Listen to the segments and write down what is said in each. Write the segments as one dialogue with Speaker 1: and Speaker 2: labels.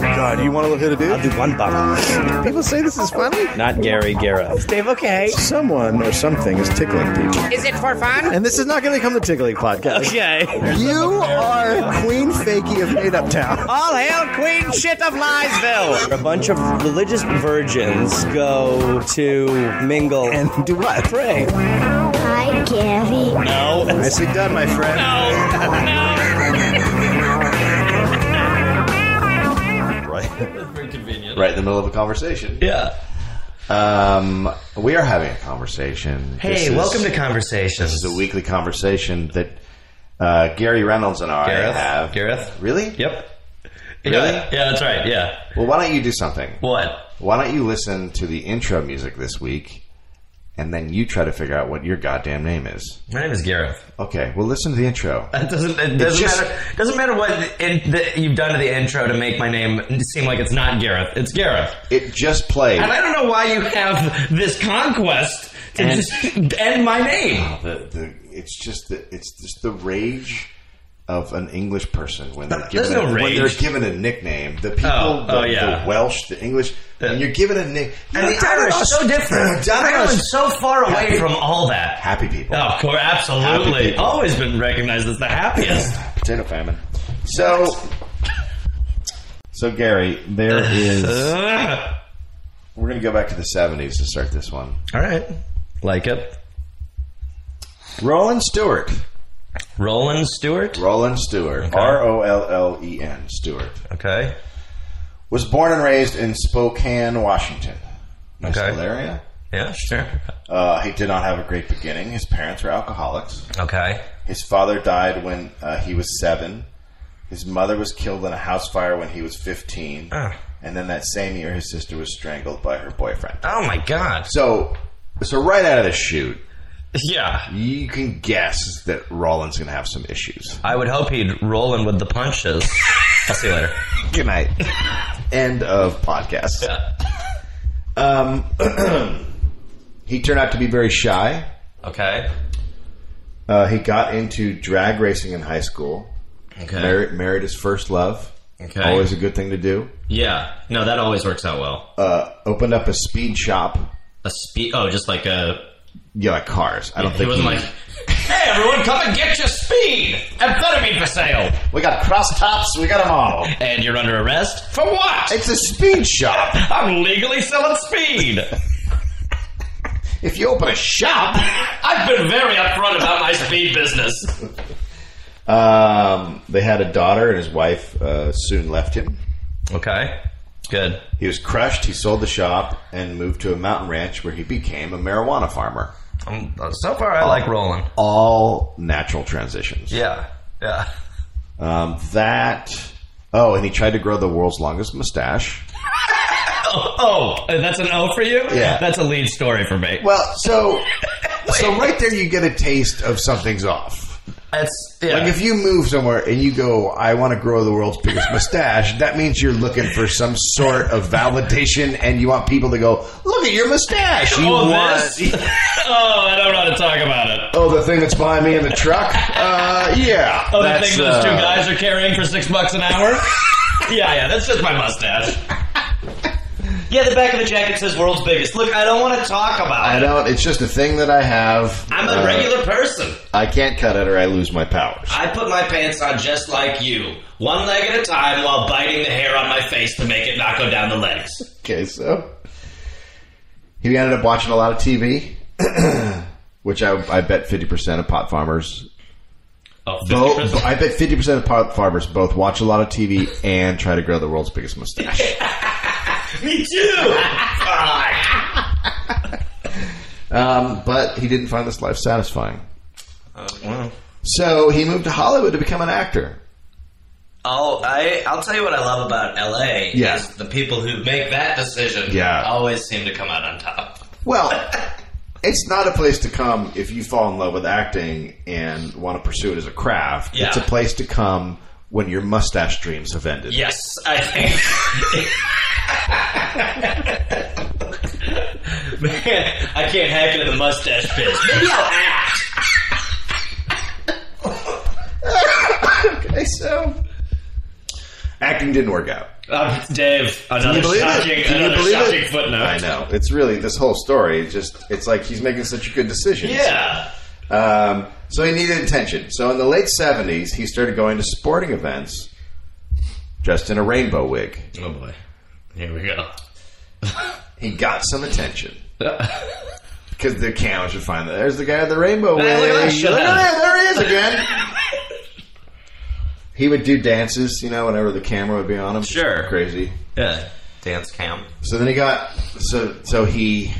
Speaker 1: God, you want to hit a
Speaker 2: I'll
Speaker 1: dude?
Speaker 2: do one bummer.
Speaker 1: People say this is funny.
Speaker 2: Not Gary Gareth.
Speaker 3: Dave, okay.
Speaker 1: Someone or something is tickling people.
Speaker 3: Is it for fun?
Speaker 1: And this is not going to become the tickling podcast.
Speaker 2: Okay.
Speaker 1: You are Queen Fakey of Made Up Town.
Speaker 3: All hail Queen Shit of Liesville.
Speaker 2: A bunch of religious virgins go to mingle and
Speaker 1: And do what?
Speaker 2: pray.
Speaker 4: Hi, Gary.
Speaker 2: No.
Speaker 1: Nicely done, my friend.
Speaker 5: Right,
Speaker 6: Very convenient.
Speaker 5: right in the middle of a conversation.
Speaker 2: Yeah.
Speaker 5: Um, we are having a conversation.
Speaker 6: Hey,
Speaker 5: This is-
Speaker 6: welcome to Conversations.
Speaker 5: This is a weekly conversation that uh, Gary Reynolds and I
Speaker 6: Gareth?
Speaker 5: have.
Speaker 6: Gareth?
Speaker 5: really?
Speaker 6: Yep.
Speaker 5: Really?
Speaker 6: Yeah, yeah, that's right. Yeah.
Speaker 5: Well, why don't you do something?
Speaker 6: What?
Speaker 5: Why don't you listen to the intro music this week, and then you try to figure out what your goddamn name is?
Speaker 6: My name is Gareth.
Speaker 5: Okay. Well, listen to the intro.
Speaker 6: That doesn't it doesn't
Speaker 5: just-
Speaker 6: matter. Doesn't matter what in, the, you've done to the intro to make my name seem like it's not Gareth. It's Gareth.
Speaker 5: It just played.
Speaker 6: And I don't know why you have this conquest to just end my name.
Speaker 5: the, the, it's just the, it's just the rage of an English person when they're
Speaker 6: There's
Speaker 5: given
Speaker 6: no
Speaker 5: a, when
Speaker 6: rage.
Speaker 5: they're given a nickname. The people,
Speaker 6: Oh,
Speaker 5: the,
Speaker 6: oh, yeah.
Speaker 5: the Welsh, the English, when you're given a nick,
Speaker 6: And the Irish are so different.
Speaker 5: Done
Speaker 6: Ireland's so far away from all that.
Speaker 5: happy people.
Speaker 6: Oh, of course,
Speaker 5: Happy
Speaker 6: absolutely.
Speaker 5: people.
Speaker 6: Always been recognized as the happiest.
Speaker 5: Potato famine. So, so Gary, there is.
Speaker 6: Ugh.
Speaker 5: We're gonna go back to the '70s to start this one.
Speaker 6: All right, like it.
Speaker 5: Roland Stewart.
Speaker 6: Roland Stewart.
Speaker 5: Roland Stewart. R O L L E N Stewart
Speaker 6: Okay.
Speaker 5: was born and raised in Spokane, Washington. Nice
Speaker 6: Okay.
Speaker 5: little area.
Speaker 6: Yeah, sure.
Speaker 5: Uh, he did not have a great beginning. His parents were alcoholics.
Speaker 6: Okay.
Speaker 5: His father died when uh, he was seven. His mother was killed in a house fire when he was 15.
Speaker 6: Ah.
Speaker 5: And then that same year, his sister was strangled by her boyfriend.
Speaker 6: Oh my God.
Speaker 5: So, so right out of the chute,
Speaker 6: Yeah.
Speaker 5: you can guess that Roland's going to have some issues.
Speaker 6: I would hope he'd roll in with the punches. I'll see you later.
Speaker 5: Good night. End of podcast. Um, he turned out to be very shy.
Speaker 6: Okay.
Speaker 5: Uh, he got into drag racing in high school.
Speaker 6: Okay.
Speaker 5: Married, married his first love.
Speaker 6: Okay.
Speaker 5: Always a good thing to do.
Speaker 6: Yeah. No, that always works out well.
Speaker 5: Uh, opened up a speed shop.
Speaker 6: A speed. Oh, just like a.
Speaker 5: Yeah, like cars. I don't
Speaker 6: It
Speaker 5: think
Speaker 6: wasn't
Speaker 5: he-
Speaker 6: like. Hey, everyone, come and get your speed! Amphetamine for sale,
Speaker 5: we got cross tops. We got them all.
Speaker 6: and you're under arrest for what?
Speaker 5: It's a speed shop.
Speaker 6: I'm legally selling speed.
Speaker 5: If you open a shop,
Speaker 6: I've been very upfront about my speed business.
Speaker 5: um, they had a daughter, and his wife uh, soon left him.
Speaker 6: Okay. Good.
Speaker 5: He was crushed. He sold the shop and moved to a mountain ranch where he became a marijuana farmer.
Speaker 6: Um, so far, I like rolling.
Speaker 5: All natural transitions.
Speaker 6: Yeah. Yeah.
Speaker 5: Um, that. Oh, and he tried to grow the world's longest mustache.
Speaker 6: Oh, that's an O for you?
Speaker 5: Yeah.
Speaker 6: That's a lead story for me.
Speaker 5: Well, so so right there, you get a taste of something's off.
Speaker 6: That's, yeah.
Speaker 5: Like if you move somewhere and you go, I want to grow the world's biggest mustache. That means you're looking for some sort of validation, and you want people to go, look at your mustache. You
Speaker 6: oh,
Speaker 5: want
Speaker 6: this? oh, I don't know how to talk about it.
Speaker 5: oh the thing that's behind me in the truck. Uh, yeah,
Speaker 6: Oh, the
Speaker 5: that's,
Speaker 6: thing those two
Speaker 5: uh,
Speaker 6: guys are carrying for six bucks an hour? yeah, yeah, that's just my mustache. yeah, the back of the jacket says world's biggest. Look, I don't want to talk
Speaker 5: I
Speaker 6: about it.
Speaker 5: don't. It's just a thing that I have.
Speaker 6: I'm
Speaker 5: Uh,
Speaker 6: a regular person.
Speaker 5: I can't cut it or I lose my powers.
Speaker 6: I put my pants on just like you, one leg at a time while biting the hair on my face to make it not go down the legs.
Speaker 5: Okay, so he ended up watching a lot of TV, which I, I bet fifty percent of pot farmers.
Speaker 6: Oh,
Speaker 5: Both,
Speaker 6: 50%.
Speaker 5: I bet fifty percent of pot farmers both watch a lot of TV and try to grow the world's biggest mustache.
Speaker 6: Me too! Fuck.
Speaker 5: um, but he didn't find this life satisfying,
Speaker 6: Well,
Speaker 5: so he moved to Hollywood to become an actor.
Speaker 6: I'll, I, I'll tell you what I love about LA
Speaker 5: Yeah.
Speaker 6: is the people who make that decision
Speaker 5: Yeah.
Speaker 6: always seem to come out on top.
Speaker 5: Well, it's not a place to come if you fall in love with acting and want to pursue it as a craft.
Speaker 6: Yeah.
Speaker 5: It's a place to come when your mustache dreams have ended.
Speaker 6: Yes, I think. Man, I can't hack into the mustache biz. Maybe I'll act.
Speaker 5: Okay, so acting didn't work out.
Speaker 6: Uh, Dave,
Speaker 5: Can
Speaker 6: another shocking, another shocking footnote.
Speaker 5: I know. It's really this whole story. It's just it's like he's making such a good decision.
Speaker 6: Yeah.
Speaker 5: Um, so he needed attention. So in the late seventies, he started going to sporting events dressed in a rainbow wig.
Speaker 6: Oh boy. Here we go.
Speaker 5: He got some attention because the cameras would find that there's the guy with the rainbow wig.
Speaker 6: Hey, look at that shit.
Speaker 5: Look at that, there he is again. he would do dances, you know, whenever the camera would be on him.
Speaker 6: Sure.
Speaker 5: crazy.
Speaker 6: yeah. Dance camp.
Speaker 5: So then he got so so he.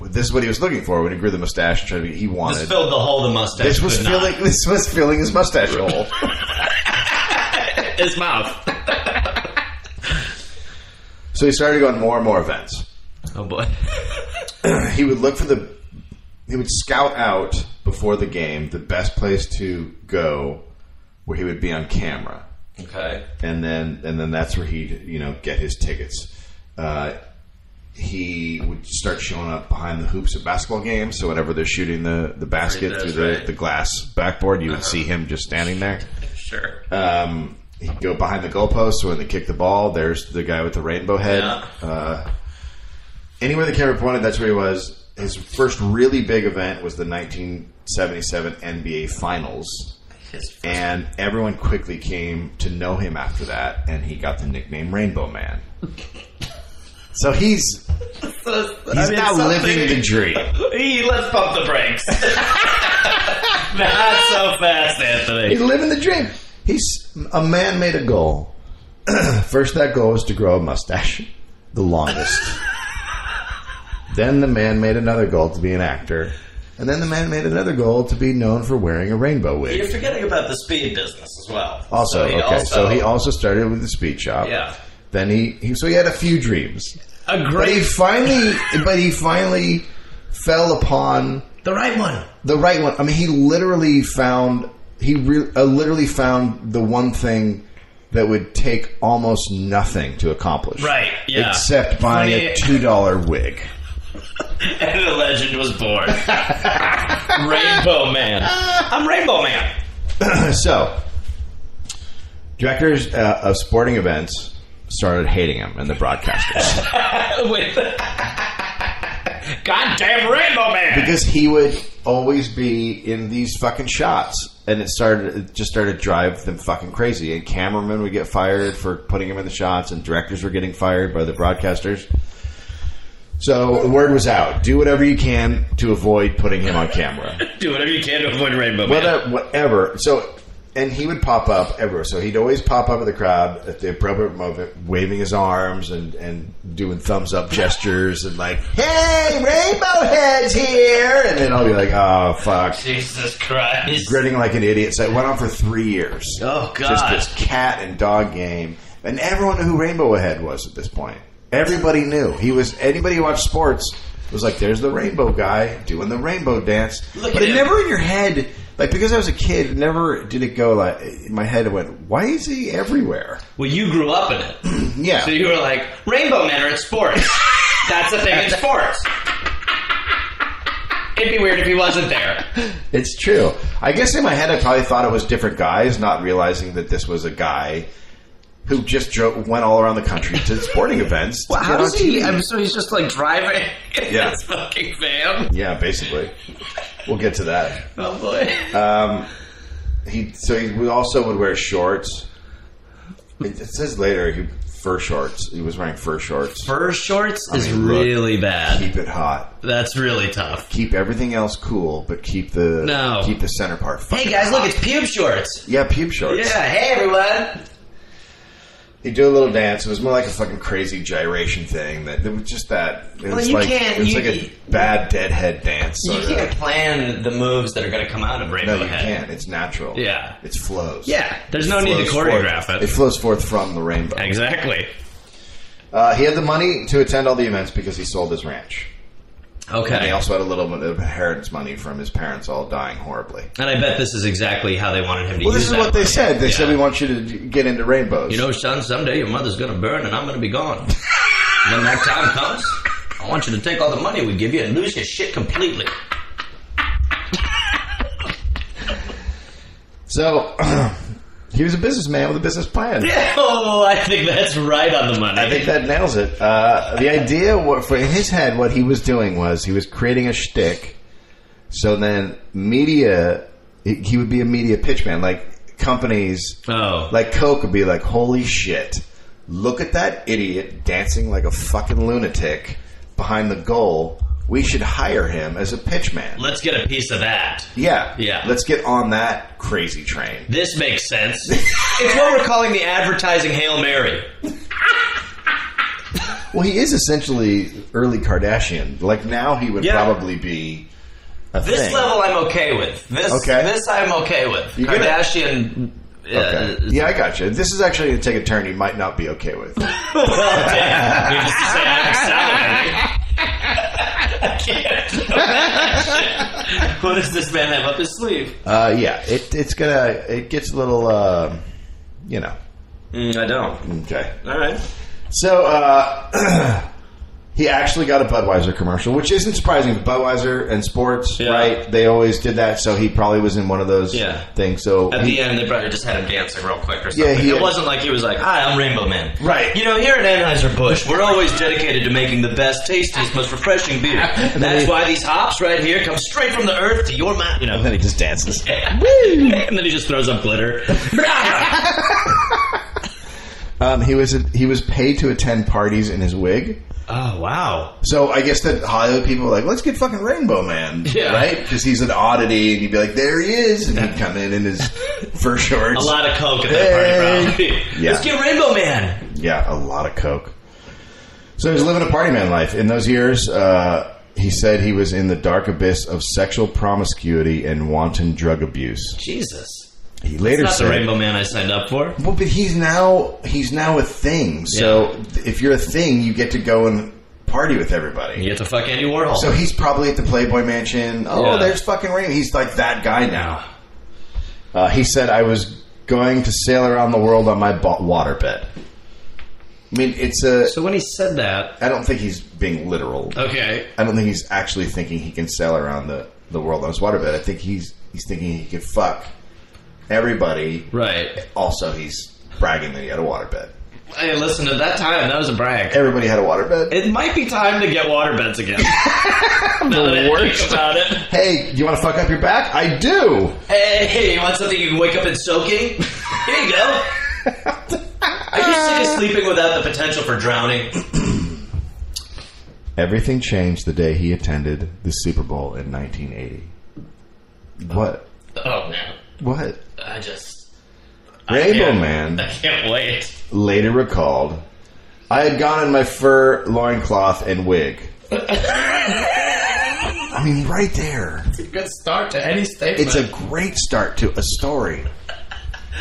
Speaker 5: This is what he was looking for when he grew the mustache. and tried to be- He wanted
Speaker 6: This filled the hole the mustache.
Speaker 5: This was
Speaker 6: could not.
Speaker 5: filling. This was filling his mustache hole.
Speaker 6: his mouth.
Speaker 5: so he started going to more and more events.
Speaker 6: Oh boy.
Speaker 5: He would look for the. He would scout out before the game the best place to go, where he would be on camera,
Speaker 6: Okay.
Speaker 5: and then and then that's where he'd you know get his tickets. Uh, he would start showing up behind the hoops at basketball games. So whenever they're shooting the the basket
Speaker 6: Right,
Speaker 5: through
Speaker 6: that's
Speaker 5: the,
Speaker 6: right. Uh-huh.
Speaker 5: the glass backboard, you would see him just standing there.
Speaker 6: Sure.
Speaker 5: Um, he'd go behind the goalpost. So when they kick the ball, there's the guy with the rainbow head.
Speaker 6: Yeah.
Speaker 5: Uh, anywhere the camera pointed, that's where he was. His first really big event was the 1977 NBA Finals,
Speaker 6: His
Speaker 5: and everyone quickly came to know him after that, and he got the nickname Rainbow Man. So he's he's
Speaker 6: I mean,
Speaker 5: now
Speaker 6: something-
Speaker 5: living the dream.
Speaker 6: Hey, let's pump the brakes. Not so fast,
Speaker 5: He's
Speaker 6: Anthony.
Speaker 5: living the dream. He's a man made a goal. First, that goal was to grow a mustache, the longest. then the man made another goal to be an actor, and then the man made another goal to be known for wearing a rainbow
Speaker 6: You're
Speaker 5: wig.
Speaker 6: forgetting about the speed business as well.
Speaker 5: Also,
Speaker 6: he
Speaker 5: okay, so he also started with the speed shop.
Speaker 6: Yeah.
Speaker 5: Then he, he so he had a few dreams,
Speaker 6: a
Speaker 5: but he
Speaker 6: great
Speaker 5: finally, but he finally fell upon
Speaker 6: the right one.
Speaker 5: the right one. I mean, he literally found he re- uh, literally found the one thing that would take almost nothing to accomplish.
Speaker 6: Right, yeah.
Speaker 5: Except buying
Speaker 6: Funny.
Speaker 5: a two dollar wig.
Speaker 6: And the legend was born. Rainbow Man. I'm Rainbow Man.
Speaker 5: so, directors uh, of sporting events started hating him and the broadcasters
Speaker 6: Wait. Goddamn Rainbow Man.
Speaker 5: because he would always be in these fucking shots. And it started, it just started to drive them fucking crazy. And cameramen would get fired for putting him in the shots, and directors were getting fired by the broadcasters. So the word was out: do whatever you can to avoid putting him on camera.
Speaker 6: Do whatever you can to avoid Rainbow Man.
Speaker 5: Whether, whatever. So, and he would pop up everywhere. So he'd always pop up at the crowd at the appropriate moment, waving his arms and, and doing thumbs up gestures and like, "Hey, Rainbow Head's here!" And then I'll be like, "Oh fuck."
Speaker 6: Jesus Christ.
Speaker 5: Grinning like an idiot. So it went on for three years.
Speaker 6: Oh, God.
Speaker 5: Just this cat and dog game, and everyone knew who Rainbow Head was at this point. Everybody knew he was. Anybody who watched sports was like, "There's the Rainbow guy doing the Rainbow dance."
Speaker 6: Look
Speaker 5: but
Speaker 6: at
Speaker 5: it
Speaker 6: him.
Speaker 5: never in your head, like because I was a kid, it never did it go like in my head. It went, "Why is he everywhere?"
Speaker 6: Well, you grew up in it.
Speaker 5: Yeah,
Speaker 6: So you were like, Rainbow Men are in sports. That's a thing in sports. It'd be weird if he wasn't there.
Speaker 5: it's true. I guess in my head, I probably thought it was different guys, not realizing that this was a guy. Who just dro- went all around the country to sporting events? to get on TV.
Speaker 6: so he's just like driving in
Speaker 5: Yeah.
Speaker 6: his fucking van.
Speaker 5: Yeah, basically. We'll get to that. Um,
Speaker 6: Oh boy.
Speaker 5: Uh, He so he would also would wear shorts. It, it says later he fur shorts. He was wearing fur shorts.
Speaker 6: Fur shorts is
Speaker 5: mean, look.
Speaker 6: really bad.
Speaker 5: Keep it hot.
Speaker 6: That's really tough.
Speaker 5: Keep everything else cool, but keep the
Speaker 6: No.
Speaker 5: keep the center part. Fucking
Speaker 6: Hey guys,
Speaker 5: hot.
Speaker 6: look, it's pube shorts.
Speaker 5: yeah, pube shorts.
Speaker 6: Yeah, hey everyone.
Speaker 5: He do a little dance. It was more like a fucking crazy gyration thing. That it was just that. It was
Speaker 6: you
Speaker 5: like
Speaker 6: can't-
Speaker 5: it was
Speaker 6: you-
Speaker 5: like
Speaker 6: you-
Speaker 5: a bad deadhead dance.
Speaker 6: You
Speaker 5: sorta.
Speaker 6: can't plan the moves that are going to come out of
Speaker 5: no,
Speaker 6: Rainbow
Speaker 5: you
Speaker 6: Head.
Speaker 5: can't. It's natural.
Speaker 6: Yeah.
Speaker 5: it flows.
Speaker 6: Yeah, there's no need to
Speaker 5: Flows forth.
Speaker 6: choreograph
Speaker 5: It
Speaker 6: it.
Speaker 5: flows forth from the rainbow.
Speaker 6: Exactly.
Speaker 5: Uh, he had the money to attend all the events because he sold his ranch. And he
Speaker 6: Okay.
Speaker 5: also had a little bit of inheritance money from his parents all dying horribly.
Speaker 6: And I bet this is exactly how they wanted him to
Speaker 5: Well,
Speaker 6: use
Speaker 5: this is
Speaker 6: that
Speaker 5: what they
Speaker 6: money.
Speaker 5: said. They
Speaker 6: Yeah.
Speaker 5: said, We want you to d- get into rainbows.
Speaker 6: You know, son, someday your mother's going to burn and I'm going to be gone. when that time comes, I want you to take all the money we give you and lose your shit completely.
Speaker 5: so He was a businessman with a business plan.
Speaker 6: Oh, I think that's right on the money.
Speaker 5: I think that nails it. Uh, the idea wa- for in his head, what he was doing was he was creating a shtick. So then, media, he he would be a media pitchman. Like companies,
Speaker 6: Oh.
Speaker 5: like Coke would be like, "Holy shit! Look at that idiot dancing like a fucking lunatic behind the goal. We should hire him as a pitchman."
Speaker 6: Let's get a piece of that.
Speaker 5: Yeah,
Speaker 6: Yeah.
Speaker 5: Let's get on that crazy train.
Speaker 6: This makes sense. it's what we're calling the advertising Hail Mary.
Speaker 5: Well, he is essentially early Kardashian. Like now, he would
Speaker 6: Yeah.
Speaker 5: probably be a
Speaker 6: This
Speaker 5: thing.
Speaker 6: level I'm okay with. This
Speaker 5: Okay.
Speaker 6: this I'm okay with.
Speaker 5: You're gonna-
Speaker 6: Kardashian uh,
Speaker 5: Okay. Yeah, I got you. This is actually going to take a turn you might not be okay with.
Speaker 6: Well, damn. Needless to say, I'm excited. I can't. imagine. what does this man have up his sleeve?
Speaker 5: Uh, yeah, it, it's gonna. It gets a little. um you know.
Speaker 6: Mm, I don't.
Speaker 5: Okay.
Speaker 6: All right.
Speaker 5: So uh, he actually got a Budweiser commercial, which isn't surprising. Budweiser and sports,
Speaker 6: Yeah.
Speaker 5: right? They always did that. So he probably was in one of those
Speaker 6: Yeah.
Speaker 5: things. So
Speaker 6: At
Speaker 5: he-
Speaker 6: the end, they probably just had him dancing real quick or
Speaker 5: Yeah,
Speaker 6: something.
Speaker 5: he-
Speaker 6: it wasn't like he was like, "Hi, I'm Rainbow Man."
Speaker 5: Right.
Speaker 6: You know, here at Anheuser Busch, we're always dedicated to making the best, tastiest, most refreshing beer. That's why these hops right here come straight from the earth to your mouth. You know.
Speaker 5: and then he just dances.
Speaker 6: and then he just throws up glitter.
Speaker 5: Um, he was he was paid to attend parties in his wig.
Speaker 6: oh wow!
Speaker 5: So I guess that Hollywood people were like, let's get fucking Rainbow Man,
Speaker 6: Yeah.
Speaker 5: right? Because he's an oddity, and you'd be like, there he is, and he'd come in in his fur shorts.
Speaker 6: A lot of coke at that party,
Speaker 5: Hey.
Speaker 6: probably.
Speaker 5: Yeah.
Speaker 6: Let's get Rainbow Man.
Speaker 5: yeah, a lot of coke. So he was living a party man life in those years. Uh, he said he was in the dark abyss of sexual promiscuity and wanton drug abuse.
Speaker 6: Jesus.
Speaker 5: He later
Speaker 6: That's not
Speaker 5: said,
Speaker 6: the Rainbow Man I signed up for.
Speaker 5: "Well, but he's now he's now a thing. So if you're a thing, you get to go and party with everybody."
Speaker 6: You get to fuck Andy Warhol.
Speaker 5: So he's probably at the Playboy Mansion. Oh,
Speaker 6: Yeah.
Speaker 5: there's fucking Rain. He's like that guy now. Uh, he said, "I was going to sail around the world on my ba- waterbed." I mean, it's a.
Speaker 6: so when he said that,
Speaker 5: I don't think he's being literal.
Speaker 6: okay,
Speaker 5: I don't think he's actually thinking he can sail around the, the world on his waterbed. I think he's he's thinking he could fuck everybody.
Speaker 6: right.
Speaker 5: Also, he's bragging that he had a waterbed.
Speaker 6: Hey, listen, at that time, that was a brag.
Speaker 5: Everybody had a waterbed.
Speaker 6: It might be time to get waterbeds again. the worst about it.
Speaker 5: hey, do you want to fuck up your back? I do.
Speaker 6: Hey, you want something you can wake up and soak in? Here you go. Are you sick of sleeping without the potential for drowning?
Speaker 5: Everything changed the day he attended the Super Bowl in 1980. What?
Speaker 6: Oh man,
Speaker 5: What?
Speaker 6: I just
Speaker 5: Rainbow
Speaker 6: can't- I
Speaker 5: Man
Speaker 6: can't wait.
Speaker 5: later recalled, I had gone in my fur loincloth and wig. I mean, right there.
Speaker 6: Good start to any statement.
Speaker 5: It's a great start to a story.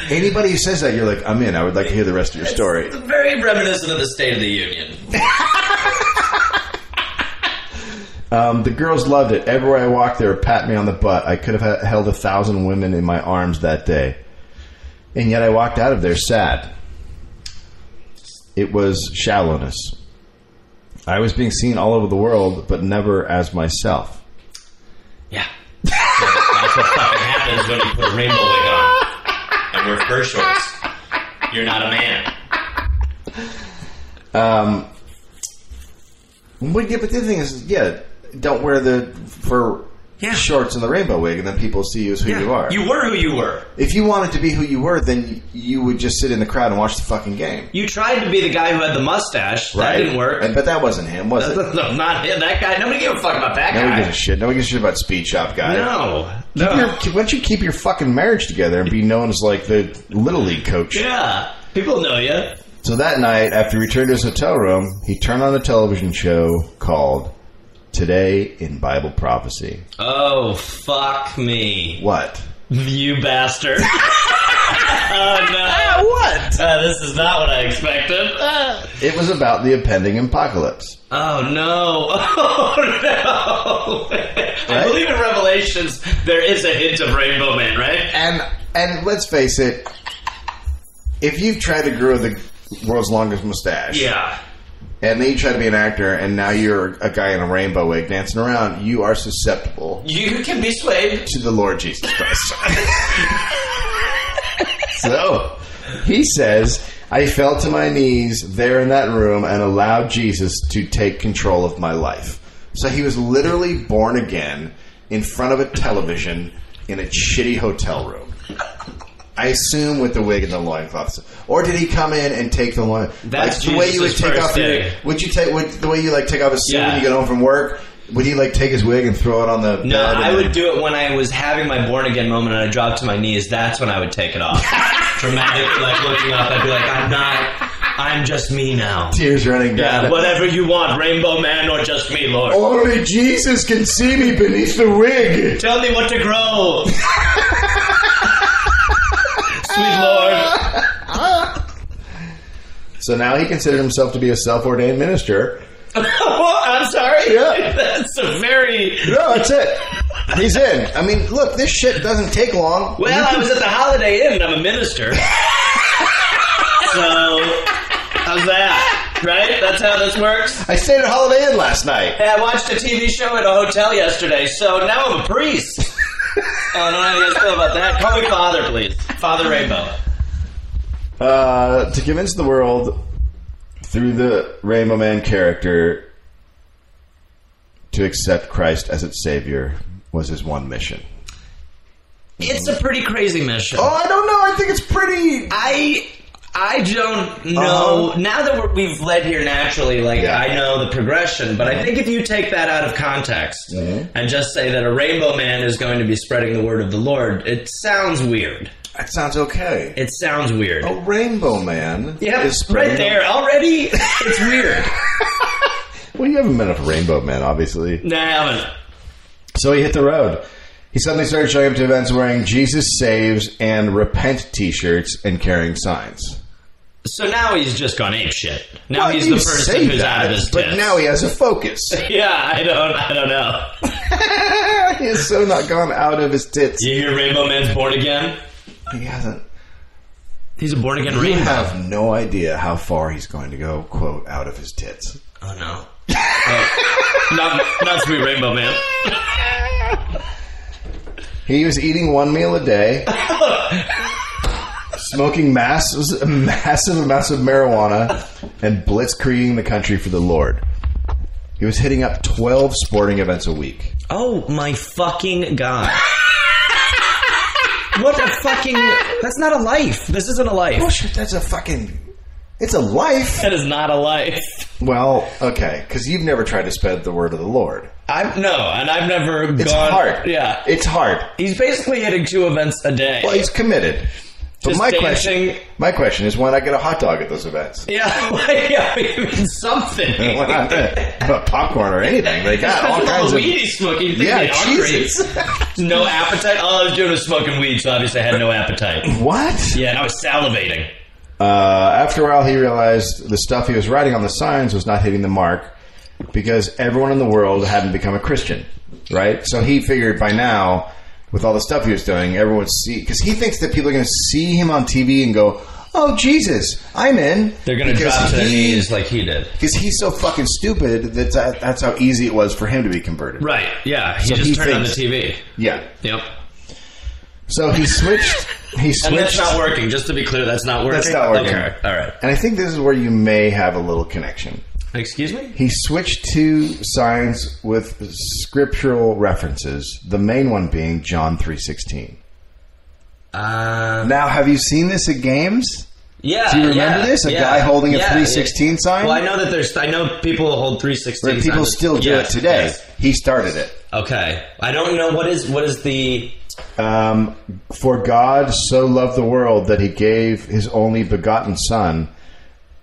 Speaker 5: Anybody who says that, you're like, I'm in. I would like to hear the rest of your story.
Speaker 6: very reminiscent of the State of the Union.
Speaker 5: Um, the girls loved it. Everywhere I walked, they were patting me on the butt. I could have ha- held a thousand women in my arms that day. And yet I walked out of there sad. It was shallowness. I was being seen all over the world, but never as myself.
Speaker 6: Yeah. That's what fucking happens when you put a rainbow wig on and wear fur shorts. You're not a man.
Speaker 5: But, yeah, but the other thing is, yeah, don't wear the fur shorts and the rainbow wig, and then people see you as who you are.
Speaker 6: You were who you were.
Speaker 5: if you wanted to be who you were, then you would just sit in the crowd and watch the fucking game.
Speaker 6: You tried to be the guy who had the mustache. That didn't work.
Speaker 5: And, but that wasn't him, was it?
Speaker 6: no, not him. That guy. Nobody gave a fuck about that
Speaker 5: Nobody gives a
Speaker 6: guy.
Speaker 5: shit. Nobody gives a shit about Speed Shop guy.
Speaker 6: No.
Speaker 5: Keep your, why don't you keep your fucking marriage together and be known as like the little league coach?
Speaker 6: Yeah. People know you.
Speaker 5: So that night, after he returned to his hotel room, he turned on a television show called "Today in Bible Prophecy."
Speaker 6: Oh, fuck me.
Speaker 5: What?
Speaker 6: You bastard. oh, no.
Speaker 1: What?
Speaker 6: Uh, this is not what I expected. Uh,
Speaker 5: It was about the impending apocalypse.
Speaker 6: Oh no! Oh no! I
Speaker 5: Right?
Speaker 6: believe in Revelations there is a hint of Rainbow Man, right?
Speaker 5: And and let's face it, if you've tried to grow the world's longest mustache,
Speaker 6: Yeah.
Speaker 5: and then you try to be an actor, and now you're a guy in a rainbow wig dancing around, you are susceptible
Speaker 6: You can be swayed.
Speaker 5: to the Lord Jesus Christ. so he says, I fell to my knees there in that room and allowed Jesus to take control of my life. So he was literally born again in front of a television in a shitty hotel room. I assume with the wig and the loincloth. Or did he come in and take the loin?
Speaker 6: That's
Speaker 5: like, the way you would
Speaker 6: Jesus'
Speaker 5: take
Speaker 6: first
Speaker 5: off your
Speaker 6: day.
Speaker 5: would you take would, the way you like take off a suit
Speaker 6: Yeah.
Speaker 5: when you get home from work? Would he like take his wig and throw it on the
Speaker 6: No,
Speaker 5: bed and
Speaker 6: I
Speaker 5: then-
Speaker 6: would do it when I was having my born again moment and I dropped to my knees. That's when I would take it off. Dramatically, like looking up, I'd be like, I'm not, I'm just me now.
Speaker 5: tears running down.
Speaker 6: Yeah, Oh. whatever you want, Rainbow Man or just me, Lord.
Speaker 5: Only Jesus can see me beneath the wig.
Speaker 6: Tell me what to grow. Sweet Lord.
Speaker 5: So now he considered himself to be a self-ordained minister.
Speaker 6: What? I'm sorry.
Speaker 5: Yeah.
Speaker 6: That's a very.
Speaker 5: No, that's it. He's in. I mean, look, this shit doesn't take long.
Speaker 6: Well, I was at the Holiday Inn and I'm a minister. so, how's that? Right? That's how this works?
Speaker 5: I stayed at Holiday Inn last night.
Speaker 6: Hey, I watched a TV show at a hotel yesterday, so now I'm a priest. oh, I don't know how you guys feel about that. Call me Father, please. Father Rainbow.
Speaker 5: Uh, to convince the world through the Rainbow Man character to accept Christ as its savior was his one mission.
Speaker 6: It's a pretty crazy mission.
Speaker 5: Oh, I don't know. I think it's pretty.
Speaker 6: I I don't know.
Speaker 5: Uh-huh.
Speaker 6: Now that we're, we've led here naturally, like
Speaker 5: Yeah. Uh-huh.
Speaker 6: I know the progression, but I think if you take that out of context and just say that a rainbow man is going to be spreading the word of the Lord, it sounds weird.
Speaker 5: That sounds okay.
Speaker 6: It sounds weird.
Speaker 5: A Rainbow Man
Speaker 6: Yeah, right
Speaker 5: is Oh, spreading
Speaker 6: there already. It's weird.
Speaker 5: Well, you haven't met up Rainbow Man, obviously.
Speaker 6: nah, I haven't.
Speaker 5: So he hit the road. He suddenly started showing up to events wearing Jesus Saves and Repent t shirts and carrying signs.
Speaker 6: So now he's just gone ape shit. Now
Speaker 5: Well,
Speaker 6: he's
Speaker 5: you
Speaker 6: the person
Speaker 5: say
Speaker 6: who's out of
Speaker 5: that,
Speaker 6: his
Speaker 5: But
Speaker 6: tits.
Speaker 5: now he has a focus.
Speaker 6: yeah, I don't, I don't know.
Speaker 5: he has so not gone out of his tits.
Speaker 6: Do you hear Rainbow Man's born again?
Speaker 5: He hasn't.
Speaker 6: He's a born again
Speaker 5: You
Speaker 6: rainbow.
Speaker 5: have no idea how far he's going to go, quote, out of his tits.
Speaker 6: Oh no. Oh, not, not sweet rainbow man.
Speaker 5: He was eating one meal a day, smoking mass, massive amounts of marijuana, and blitzkrieging the country for the Lord. He was hitting up 12 sporting events a week.
Speaker 6: Oh my fucking god. What a fucking that's not a life. This isn't a
Speaker 5: Oh,
Speaker 6: life.
Speaker 5: shit, that's a fucking. It's a life.
Speaker 6: That is not a life.
Speaker 5: Well, okay, because you've never tried to spread the word of the Lord.
Speaker 6: I've no, and I've never
Speaker 5: It's
Speaker 6: gone
Speaker 5: hard.
Speaker 6: Yeah.
Speaker 5: It's hard.
Speaker 6: he's basically hitting two events a day.
Speaker 5: Well, he's committed. But
Speaker 6: Just
Speaker 5: my
Speaker 6: dancing.
Speaker 5: question, my question is, why not get a hot dog at those events?
Speaker 6: yeah, like, yeah, even something.
Speaker 5: Why not uh, popcorn or anything? They got all
Speaker 6: All
Speaker 5: kinds of.
Speaker 6: weed he's smoking. You think
Speaker 5: Yeah,
Speaker 6: he'd be hungry?
Speaker 5: Jesus.
Speaker 6: no appetite. All I was doing was smoking weed, so obviously I had no appetite.
Speaker 5: What?
Speaker 6: Yeah, and I was salivating.
Speaker 5: Uh, after a while, he realized the stuff he was writing on the signs was not hitting the mark because everyone in the world hadn't become a Christian, right? So he figured by now, with all the stuff he was doing, everyone see because he thinks that people are going to see him on TV and go, "Oh Jesus, I'm in."
Speaker 6: They're gonna
Speaker 5: Because
Speaker 6: drop to their
Speaker 5: he-
Speaker 6: knees like he did.
Speaker 5: because he's so fucking stupid that that- that's how easy it was for him to be converted.
Speaker 6: Right. Yeah. He
Speaker 5: So
Speaker 6: just
Speaker 5: he
Speaker 6: turned on the TV.
Speaker 5: thinks- Yeah.
Speaker 6: Yep.
Speaker 5: So he switched. He switched.
Speaker 6: And that's not working. Just to be clear, that's not working.
Speaker 5: That's not working.
Speaker 6: Okay. All right.
Speaker 5: And I think this is where you may have a little connection.
Speaker 6: Excuse me.
Speaker 5: He switched to signs with scriptural references. The main one being John three sixteen.
Speaker 6: Uh,
Speaker 5: Now, have you seen this at games?
Speaker 6: yeah.
Speaker 5: Do you remember
Speaker 6: yeah,
Speaker 5: this? A
Speaker 6: yeah,
Speaker 5: guy holding a
Speaker 6: yeah,
Speaker 5: 316
Speaker 6: yeah.
Speaker 5: sign?
Speaker 6: Well, I know that there's. I know people hold three
Speaker 5: Where
Speaker 6: sixteen.
Speaker 5: people still do it today. He started it.
Speaker 6: Okay. I don't know what is what is the.
Speaker 5: Um, For God so loved the world that he gave his only begotten Son,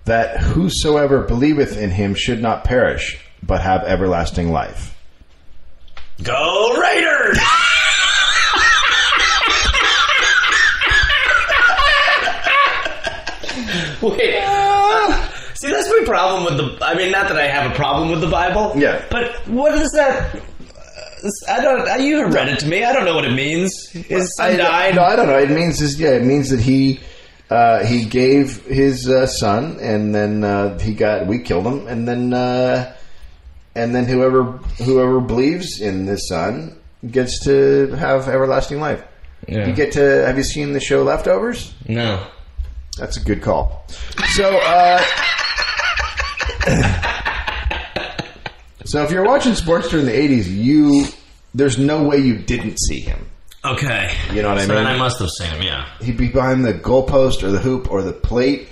Speaker 5: that whosoever believeth in him should not perish, but have everlasting life.
Speaker 6: Go Raiders! Wait. Uh, See, that's my problem with the. I mean, not that I have a problem with the Bible.
Speaker 5: Yeah.
Speaker 6: But what is that? I don't. You read it to me. I don't know what it means. Is I, died?
Speaker 5: No, I don't know. It means is yeah. It means that he uh, he gave his uh, son, and then uh, he got we killed him, and then uh, and then whoever whoever believes in this son gets to have everlasting life.
Speaker 6: Yeah.
Speaker 5: You get to have you seen the show Leftovers?
Speaker 6: No.
Speaker 5: That's a good call. So, uh, so if you're watching sports during the '80s, you there's no way you didn't see him.
Speaker 6: Okay.
Speaker 5: You know what I
Speaker 6: so
Speaker 5: mean?
Speaker 6: then I must have seen him. Yeah.
Speaker 5: He'd be behind the goalpost or the hoop or the plate.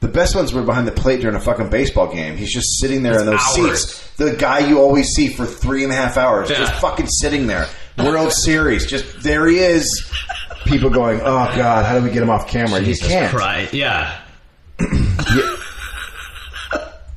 Speaker 5: The best ones were behind the plate during a fucking baseball game. He's just sitting there in those
Speaker 6: hours.
Speaker 5: seats. The guy you always see for three and a half hours,
Speaker 6: Yeah.
Speaker 5: just fucking sitting there. World Series, just there he is. People going, oh god, how do we get him off camera? you can't.
Speaker 6: Right. Yeah.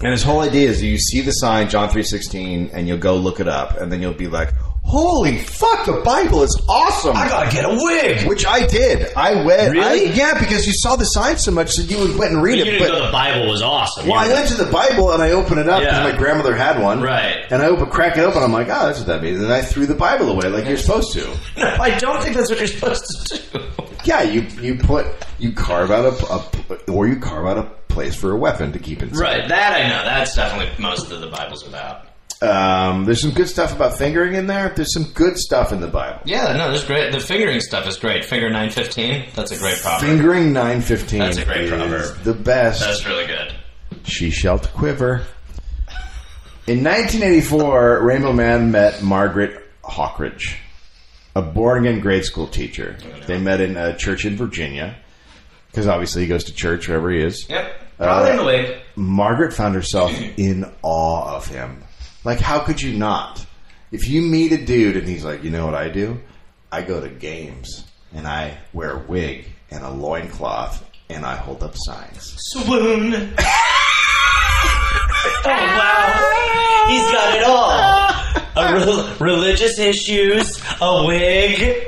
Speaker 5: And his whole idea is you see the sign John three sixteen, and you'll go look it up, and then you'll be like, "Holy fuck, the Bible is awesome!"
Speaker 6: I gotta get a wig.
Speaker 5: Which I did. I went.
Speaker 6: Really?
Speaker 5: I, yeah, because you saw the sign so much that you would went and read
Speaker 6: You
Speaker 5: it.
Speaker 6: didn't
Speaker 5: But
Speaker 6: know the Bible was awesome.
Speaker 5: well, I
Speaker 6: You-
Speaker 5: went to the Bible and I opened it up because
Speaker 6: Yeah.
Speaker 5: my grandmother had one.
Speaker 6: Right.
Speaker 5: And I open, crack it open. I'm like, oh, that's what that means. And I threw the Bible away like you're supposed to.
Speaker 6: No, I don't think that's what you're supposed to do.
Speaker 5: Yeah, you you put you carve out a, a or you carve out a place for a weapon to keep inside.
Speaker 6: Right, that I know. That's definitely what most of the Bible's about.
Speaker 5: Um, there's some good stuff about fingering in there. There's some good stuff in the Bible.
Speaker 6: Yeah, no, that's great. The fingering stuff is great. Finger nine fifteen. That's a great proverb.
Speaker 5: Fingering nine fifteen.
Speaker 6: That's a great proverb.
Speaker 5: The best.
Speaker 6: that's really good.
Speaker 5: she shall quiver. In 1984, Rainbow Man met Margaret Hawkridge, a born again grade school teacher. They met in a church in Virginia, because obviously he goes to church wherever he is.
Speaker 6: Yep. Probably in the wig.
Speaker 5: Margaret found herself in awe of him. Like, how could you not? If you meet a dude and he's like, you know what I do? I go to games and I wear a wig and a loincloth and I hold up signs.
Speaker 6: Swoon. oh wow, he's got it all. A rel- religious issues, a wig.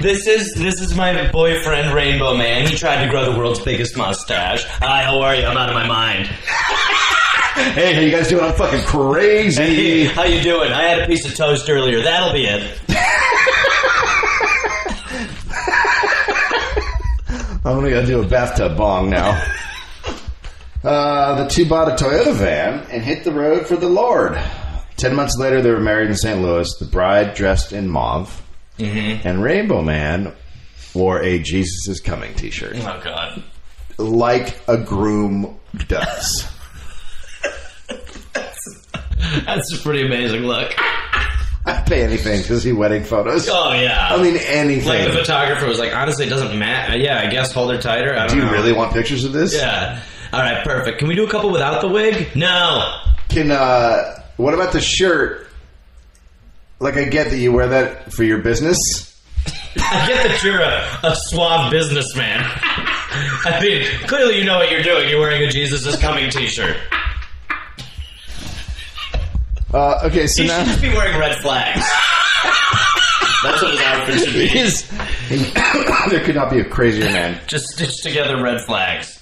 Speaker 6: This is this is my boyfriend Rainbow Man. He tried to grow the world's biggest mustache. Hi, how are you? I'm out of my mind.
Speaker 5: Hey, how you guys doing? I'm fucking
Speaker 6: Hey,
Speaker 5: crazy.
Speaker 6: how you doing? I had a piece of toast earlier. That'll be it.
Speaker 5: I'm gonna go do a bathtub bong now. Uh, the two bought a Toyota van and hit the road for the Lord. Ten months later, they were married in St. Louis. The bride dressed in mauve,
Speaker 6: Mm-hmm.
Speaker 5: and Rainbow Man wore a "Jesus is Coming" T-shirt,
Speaker 6: Oh God.
Speaker 5: like a groom does.
Speaker 6: That's a pretty amazing look.
Speaker 5: I'd pay anything to see wedding photos.
Speaker 6: Oh yeah.
Speaker 5: I mean,
Speaker 6: like the
Speaker 5: anything.
Speaker 6: photographer was like, honestly, it doesn't matter. Yeah, I guess hold her tighter. I don't
Speaker 5: Do you
Speaker 6: know.
Speaker 5: really want pictures of this?
Speaker 6: Yeah. All right, perfect. Can we do a couple without the wig? No.
Speaker 5: Can uh, what about the shirt? Like, I get that you wear that for your business.
Speaker 6: I get that you're a, a suave businessman. I mean, clearly you know what you're doing. You're wearing a Jesus is coming T-shirt.
Speaker 5: Uh, okay, so
Speaker 6: You should
Speaker 5: now
Speaker 6: just be wearing red flags. That's what his outfit should be.
Speaker 5: there could not be a crazier man.
Speaker 6: Just stitch together red flags.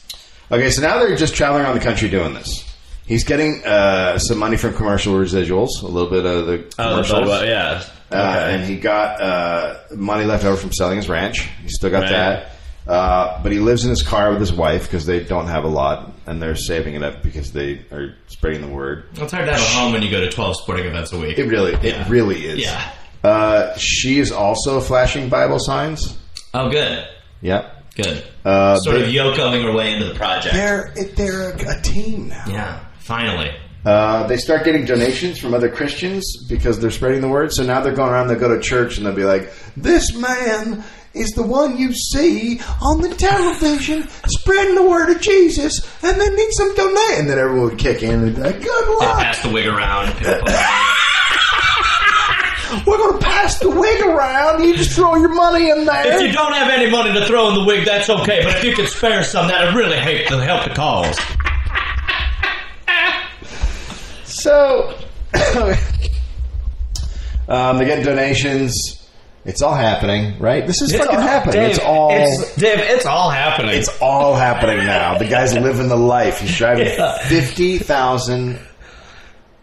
Speaker 5: Okay, so now they're just traveling around the country doing this. He's getting uh, some money from commercial residuals, a little bit of the commercials,
Speaker 6: Oh, yeah.
Speaker 5: uh, and he got uh, money left over from selling his ranch. He's still got
Speaker 6: Right.
Speaker 5: that, uh, but he lives in his car with his wife because they don't have a lot, and they're saving it up because they are spreading the word.
Speaker 6: It's hard to have a home when you go to 12 sporting events a week.
Speaker 5: It really, it really is.
Speaker 6: Yeah.
Speaker 5: Uh, she is also flashing Bible signs.
Speaker 6: Oh, good.
Speaker 5: Yep.
Speaker 6: Good.
Speaker 5: Uh,
Speaker 6: sort
Speaker 5: they-
Speaker 6: of yokoing her way into the project.
Speaker 5: They're they're a, a team now.
Speaker 6: Yeah, finally.
Speaker 5: Uh, they start getting donations from other Christians because they're spreading the word. So now they're going around. They'll go to church and they'll be like, "This man is the one you see on the television spreading the word of Jesus, and they need some donate." And then everyone would kick in and be like, "Good luck!
Speaker 6: Pass the wig around.
Speaker 5: We're going to pass the wig around. You just throw your money in there."
Speaker 6: if you don't have any money to throw in the wig, that's okay. But if you can spare some, that'd really help the, help the cause.
Speaker 5: So um, they get donations. It's all happening, right? This is fucking happening. it's all
Speaker 6: It's, Dave, it's all happening.
Speaker 5: It's all happening now. The guy's living the life. He's driving
Speaker 6: Yeah.
Speaker 5: 50,000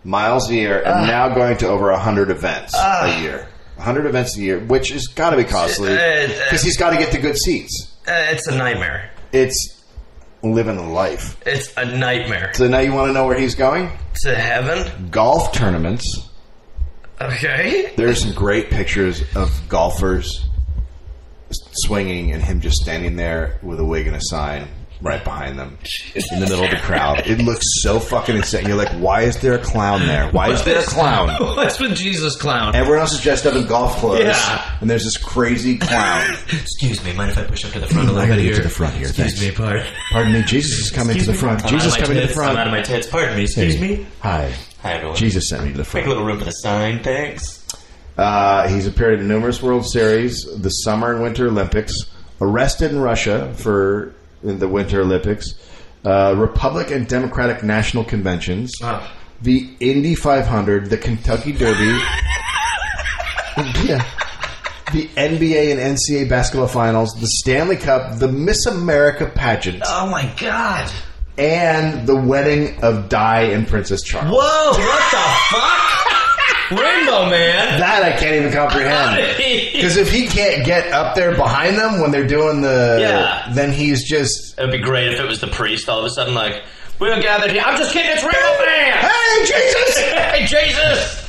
Speaker 5: miles a year and now going to over 100 events a year. 100 events a year, which has got to be costly
Speaker 6: Uh, uh,
Speaker 5: because he's got to get the good seats.
Speaker 6: uh, it's a nightmare.
Speaker 5: It's living the life.
Speaker 6: It's a nightmare.
Speaker 5: So now you want to know where he's going?
Speaker 6: To heaven?
Speaker 5: Golf tournaments
Speaker 6: Okay.
Speaker 5: There are some great pictures of golfers swinging and him just standing there with a wig and a sign right behind them in the middle of the crowd. It looks so fucking insane. You're like, why is there a clown there? Why is there a clown?
Speaker 6: What's with Jesus clown?
Speaker 5: Everyone else is dressed up in golf clothes,
Speaker 6: Yeah.
Speaker 5: and there's this crazy clown.
Speaker 6: Excuse me, mind if I push up to the front a little
Speaker 5: Hmm, I gotta
Speaker 6: bit
Speaker 5: get to
Speaker 6: here?
Speaker 5: the front here.
Speaker 6: Excuse
Speaker 5: Thanks.
Speaker 6: me, pardon.
Speaker 5: Pardon me, Jesus is coming to the front.
Speaker 6: I'm
Speaker 5: Jesus
Speaker 6: out of my
Speaker 5: coming to the
Speaker 6: tits,
Speaker 5: front.
Speaker 6: I'm out of my tits. Pardon me. Excuse
Speaker 5: Hey,
Speaker 6: me.
Speaker 5: Hi.
Speaker 6: Hi, everyone.
Speaker 5: Jesus sent me to the
Speaker 6: Make
Speaker 5: front.
Speaker 6: a little room for the sign, thanks.
Speaker 5: Uh, he's appeared in numerous World Series, the Summer and Winter Olympics, arrested in Russia for the Winter Olympics, uh, Republic and Democratic National Conventions,
Speaker 6: Ah.
Speaker 5: the Indy 500, the Kentucky Derby, yeah, the NBA and NCAA basketball finals, the Stanley Cup, the Miss America pageant,
Speaker 6: Oh my god.
Speaker 5: and the wedding of Di and Princess Charles.
Speaker 6: Whoa, what the fuck? Rainbow Man.
Speaker 5: That I can't even comprehend. Because if he can't get up there behind them when they're doing the,
Speaker 6: Yeah.
Speaker 5: then he's just,
Speaker 6: It would be great if it was the priest all of a sudden, like, we are gathered here. I'm just kidding, it's Rainbow Man! hey,
Speaker 5: hey Jesus!
Speaker 6: Jesus!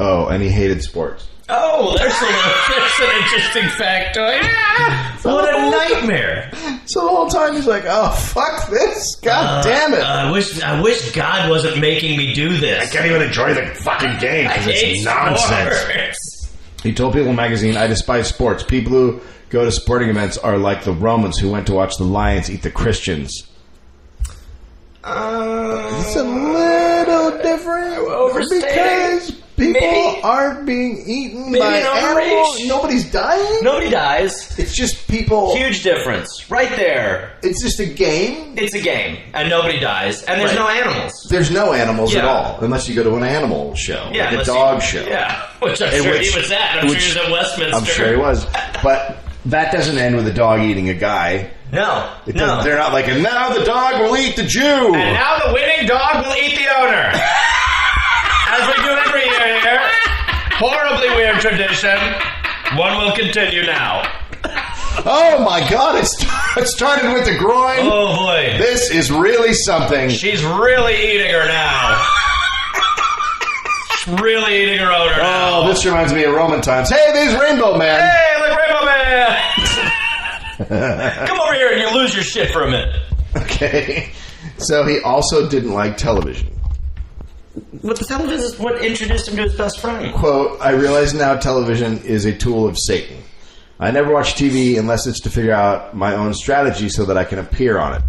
Speaker 5: oh, and he hated sports.
Speaker 6: Oh, there's, a, there's an interesting factoid. Ah, What
Speaker 5: Oh.
Speaker 6: a nightmare.
Speaker 5: So the whole time he's like, oh fuck this,
Speaker 6: Uh,
Speaker 5: god damn it!
Speaker 6: I wish I wish God wasn't making me do this.
Speaker 5: I can't even enjoy the fucking game because it's
Speaker 6: It's
Speaker 5: nonsense.
Speaker 6: sports.
Speaker 5: He told People Magazine, "I despise sports. People who go to sporting events are like the Romans who went to watch the lions eat the Christians."
Speaker 6: Uh,
Speaker 5: It's a little different
Speaker 6: Overstating?
Speaker 5: because people
Speaker 6: Maybe.
Speaker 5: aren't being eaten
Speaker 6: Maybe
Speaker 5: by
Speaker 6: an
Speaker 5: animals.
Speaker 6: overreach.
Speaker 5: Nobody's dying.
Speaker 6: Nobody dies.
Speaker 5: It's just people.
Speaker 6: Huge difference. Right there.
Speaker 5: It's just a game.
Speaker 6: It's a game. And nobody dies. And there's no animals.
Speaker 5: There's no animals at
Speaker 6: Yeah.
Speaker 5: all unless you go to an animal show, like a
Speaker 6: unless
Speaker 5: dog
Speaker 6: you-
Speaker 5: show.
Speaker 6: Yeah. Which I'm
Speaker 5: In
Speaker 6: sure
Speaker 5: which-
Speaker 6: he was at. I'm
Speaker 5: which-
Speaker 6: sure he was at Westminster.
Speaker 5: I'm sure he was, but that doesn't end with a dog eating a guy.
Speaker 6: No.
Speaker 5: It
Speaker 6: no.
Speaker 5: doesn't, They're not like, and now the dog will eat the Jew.
Speaker 6: And now the winning dog will eat the owner. As we do every year here. Horribly weird tradition. One will continue now.
Speaker 5: Oh my God! It's, it started with the groin.
Speaker 6: Oh boy.
Speaker 5: This is really something.
Speaker 6: She's really eating her now. She's really eating her owner
Speaker 5: Oh,
Speaker 6: now.
Speaker 5: this reminds me of Roman times. Hey, there's Rainbow Man.
Speaker 6: Hey, look, Rainbow Man! Come over here and you lose your shit for a minute.
Speaker 5: Okay. So he also didn't like television.
Speaker 6: What the television is what introduced him to his best friend.
Speaker 5: Quote, I realize now television is a tool of Satan. I never watch TV unless it's to figure out my own strategy so that I can appear on it.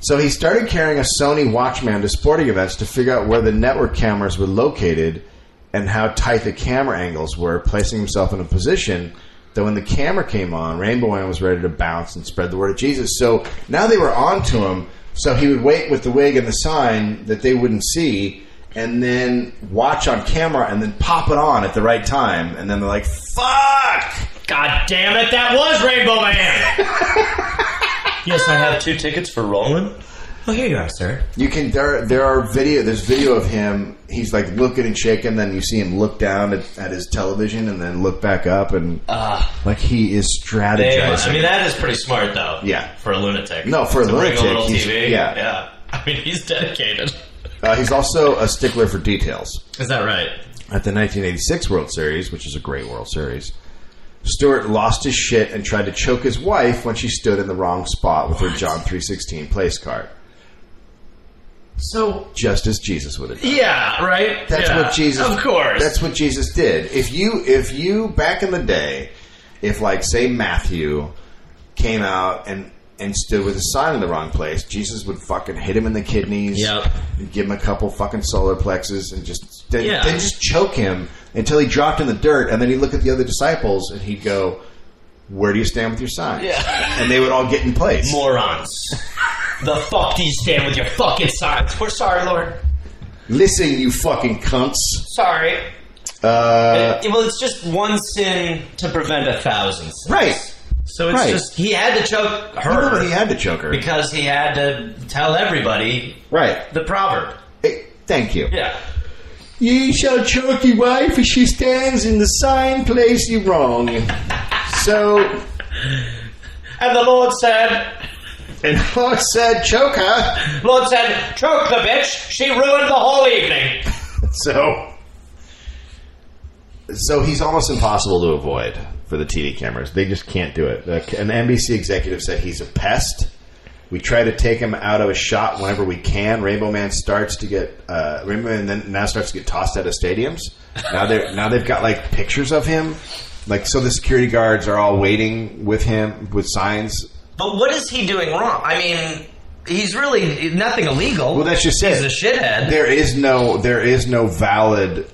Speaker 5: So he started carrying a Sony Watchman to sporting events to figure out where the network cameras were located and how tight the camera angles were, placing himself in a position that when the camera came on, Rainbow Man was ready to bounce and spread the word of Jesus. So now they were on to him, so he would wait with the wig and the sign that they wouldn't see, and then watch on camera and then pop it on at the right time, and then they're like, fuck!
Speaker 6: God damn it, that was Rainbow Man! yes, I have two tickets for Roland. Oh, here you are, sir.
Speaker 5: You can there there are video there's video of him he's like looking and shaking then you see him look down at, at his television and then look back up and like he is
Speaker 6: Damn,
Speaker 5: strategizing.
Speaker 6: I mean, that is pretty smart, though.
Speaker 5: Yeah.
Speaker 6: For a lunatic.
Speaker 5: No, for a
Speaker 6: To bring
Speaker 5: lunatic,
Speaker 6: little
Speaker 5: he's-
Speaker 6: TV.
Speaker 5: yeah.
Speaker 6: Yeah. I mean, he's dedicated.
Speaker 5: uh, he's also a stickler for details.
Speaker 6: Is that right?
Speaker 5: At the 1986 World Series, which is a great World Series, Stewart lost his shit and tried to choke his wife when she stood in the wrong spot with her John 316 place card,
Speaker 6: So.
Speaker 5: just as Jesus would have done.
Speaker 6: Yeah, right?
Speaker 5: That's
Speaker 6: Yeah.
Speaker 5: what Jesus.
Speaker 6: Of course.
Speaker 5: That's what Jesus did. If you, if you, back in the day, if like say Matthew came out and and stood with his sign in the wrong place, Jesus would fucking hit him in the kidneys.
Speaker 6: Yep.
Speaker 5: And give him a couple fucking solar plexus and just then,
Speaker 6: Yeah.
Speaker 5: then just choke him until he dropped in the dirt, and then he'd look at the other disciples and he'd go. Where do you stand with your signs?
Speaker 6: Yeah.
Speaker 5: And they would all get in place.
Speaker 6: Morons. the fuck do you stand with your fucking signs? We're sorry, Lord.
Speaker 5: Listen, you fucking cunts.
Speaker 6: Sorry.
Speaker 5: Uh,
Speaker 6: well, it's just one sin to prevent a thousand sins.
Speaker 5: right.
Speaker 6: So it's
Speaker 5: Right.
Speaker 6: just he had to choke
Speaker 5: Remember,
Speaker 6: her
Speaker 5: he had to choke her.
Speaker 6: because he had to tell everybody
Speaker 5: Right.
Speaker 6: the proverb.
Speaker 5: Eh, Thank you.
Speaker 6: Yeah.
Speaker 5: Ye shall choke your wife if she stands in the sign place you wrong. so,
Speaker 6: And the Lord said,
Speaker 5: and Lord said, choke her.
Speaker 6: Lord said, choke the bitch. She ruined the whole evening.
Speaker 5: so so he's almost impossible to avoid for the TV cameras. They just can't do it. Like, An NBC executive said he's a pest. We try to take him out of a shot whenever we can. Rainbow Man starts to get uh, Rainbow Man then now starts to get tossed out of stadiums. Now they now they've got like pictures of him. Like so, the security guards are all waiting with him with signs.
Speaker 7: But what is he doing wrong? I mean, he's really nothing illegal.
Speaker 5: Well, that's just
Speaker 7: he's
Speaker 5: it.
Speaker 7: a shithead.
Speaker 5: There is no there is no valid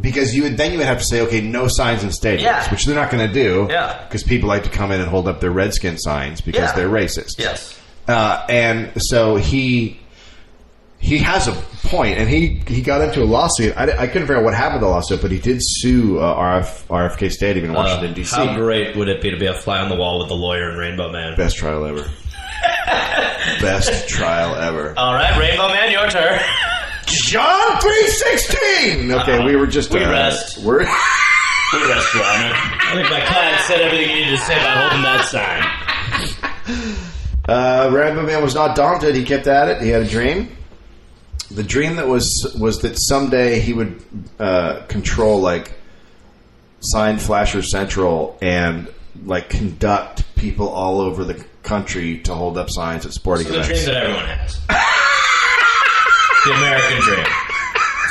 Speaker 5: because you would then you would have to say okay no signs in stadiums
Speaker 7: Yeah.
Speaker 5: which they're not going to do
Speaker 7: Yeah.
Speaker 5: because people like to come in and hold up their redskin signs because
Speaker 7: Yeah.
Speaker 5: they're racist
Speaker 7: Yes.
Speaker 5: uh, and so he he has a point and he he got into a lawsuit I, I couldn't figure out what happened to the lawsuit but he did sue uh, RF, RFK Stadium in Washington
Speaker 6: Uh,
Speaker 5: D.C.
Speaker 6: How great would it be to be a fly on the wall with the lawyer and Rainbow Man?
Speaker 5: best trial ever best trial ever
Speaker 6: All right, Rainbow Man, your turn.
Speaker 5: John three sixteen okay we were just
Speaker 6: We
Speaker 5: uh,
Speaker 6: rest.
Speaker 5: we're
Speaker 6: We rest, Your Honor. I think my client said everything he needed to say by holding that sign.
Speaker 5: Uh, Rainbow Man was not daunted. He kept at it. He had a dream. The dream that was was that someday he would uh, control like sign Flasher Central and like conduct people all over the country to hold up signs at sporting
Speaker 6: The dream
Speaker 5: events.
Speaker 6: that everyone has. the American dream.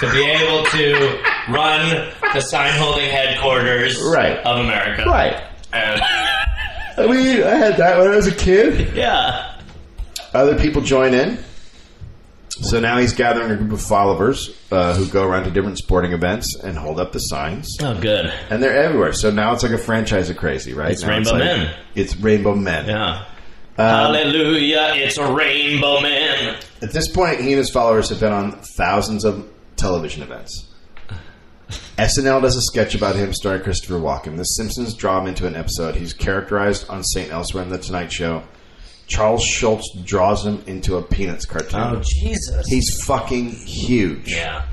Speaker 6: To be able to run the sign holding headquarters
Speaker 5: Right.
Speaker 6: of America.
Speaker 5: Right.
Speaker 6: And,
Speaker 5: I mean, I had that when I was a kid.
Speaker 6: yeah.
Speaker 5: Other people join in. So now he's gathering a group of followers uh, who go around to different sporting events and hold up the signs.
Speaker 6: Oh, good.
Speaker 5: and they're everywhere. So now it's like a franchise of crazy, right?
Speaker 6: It's
Speaker 5: Now
Speaker 6: Rainbow
Speaker 5: like-
Speaker 6: Men.
Speaker 5: It's Rainbow Men. Um,
Speaker 6: Yeah. Um, Hallelujah, it's a rainbow man.
Speaker 5: At this point, he and his followers have been on thousands of television events. SNL does a sketch about him starring Christopher Walken. The Simpsons draw him into an episode. He's characterized on St. Elsewhere in The Tonight Show. Charles Schultz draws him into a Peanuts cartoon.
Speaker 6: Oh, Jesus.
Speaker 5: He's fucking huge.
Speaker 6: Yeah.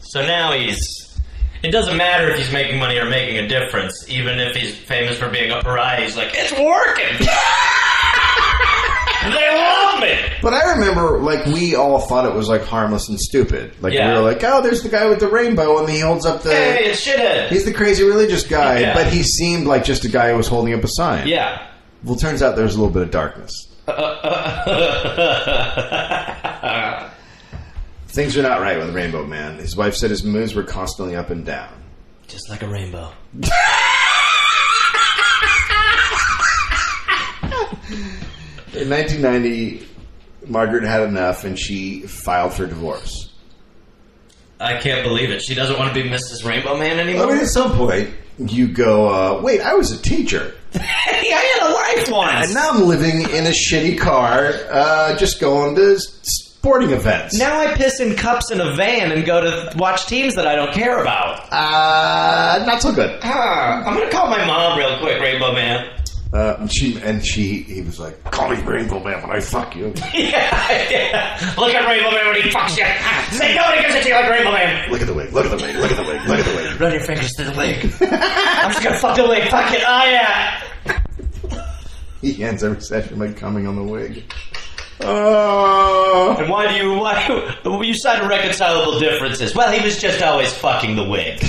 Speaker 6: So now he's. It doesn't matter if he's making money or making a difference, even if he's famous for being a pariah. He's like, it's working. they love me.
Speaker 5: But I remember, like, we all thought it was, like, harmless and stupid. Like, we
Speaker 6: Yeah.
Speaker 5: were like, oh, there's the guy with the rainbow, and he holds up the.
Speaker 6: Hey, it's shithead.
Speaker 5: He's the crazy religious guy,
Speaker 6: Yeah.
Speaker 5: but he seemed like just a guy who was holding up a sign.
Speaker 6: Yeah.
Speaker 5: Well, turns out there's a little bit of darkness. Things are not right with Rainbow Man. His wife said his moods were constantly up and down.
Speaker 6: Just like a rainbow.
Speaker 5: In 1990, Margaret had enough and she filed for divorce.
Speaker 6: I can't believe it. She doesn't want to be Mrs. Rainbow Man
Speaker 5: I
Speaker 6: anymore.
Speaker 5: mean, at some point, you go, uh, wait, I was a teacher.
Speaker 6: Hey, I had a life once.
Speaker 5: And now I'm living in a shitty car, uh, just going to s- sporting events.
Speaker 6: Now I piss in cups in a van and go to watch teams that I don't care about.
Speaker 5: Uh, not so good.
Speaker 6: Ah, I'm gonna call my mom real quick, Rainbow Man.
Speaker 5: Uh, and she and she he was like, "Call me Rainbow Man when I fuck you."
Speaker 6: yeah, yeah. Look at Rainbow Man when he fucks you. Say nobody gives it to you like Rainbow Man.
Speaker 5: look at the wig. Look at the wig. Look at the wig. Look at the wig.
Speaker 6: Run your fingers through the leg. I'm just gonna fuck the leg. Fuck it. Oh yeah.
Speaker 5: He ends every session by coming on the wig. Oh,
Speaker 6: And why do you why do you cite irreconcilable differences? Well, he was just always fucking the wig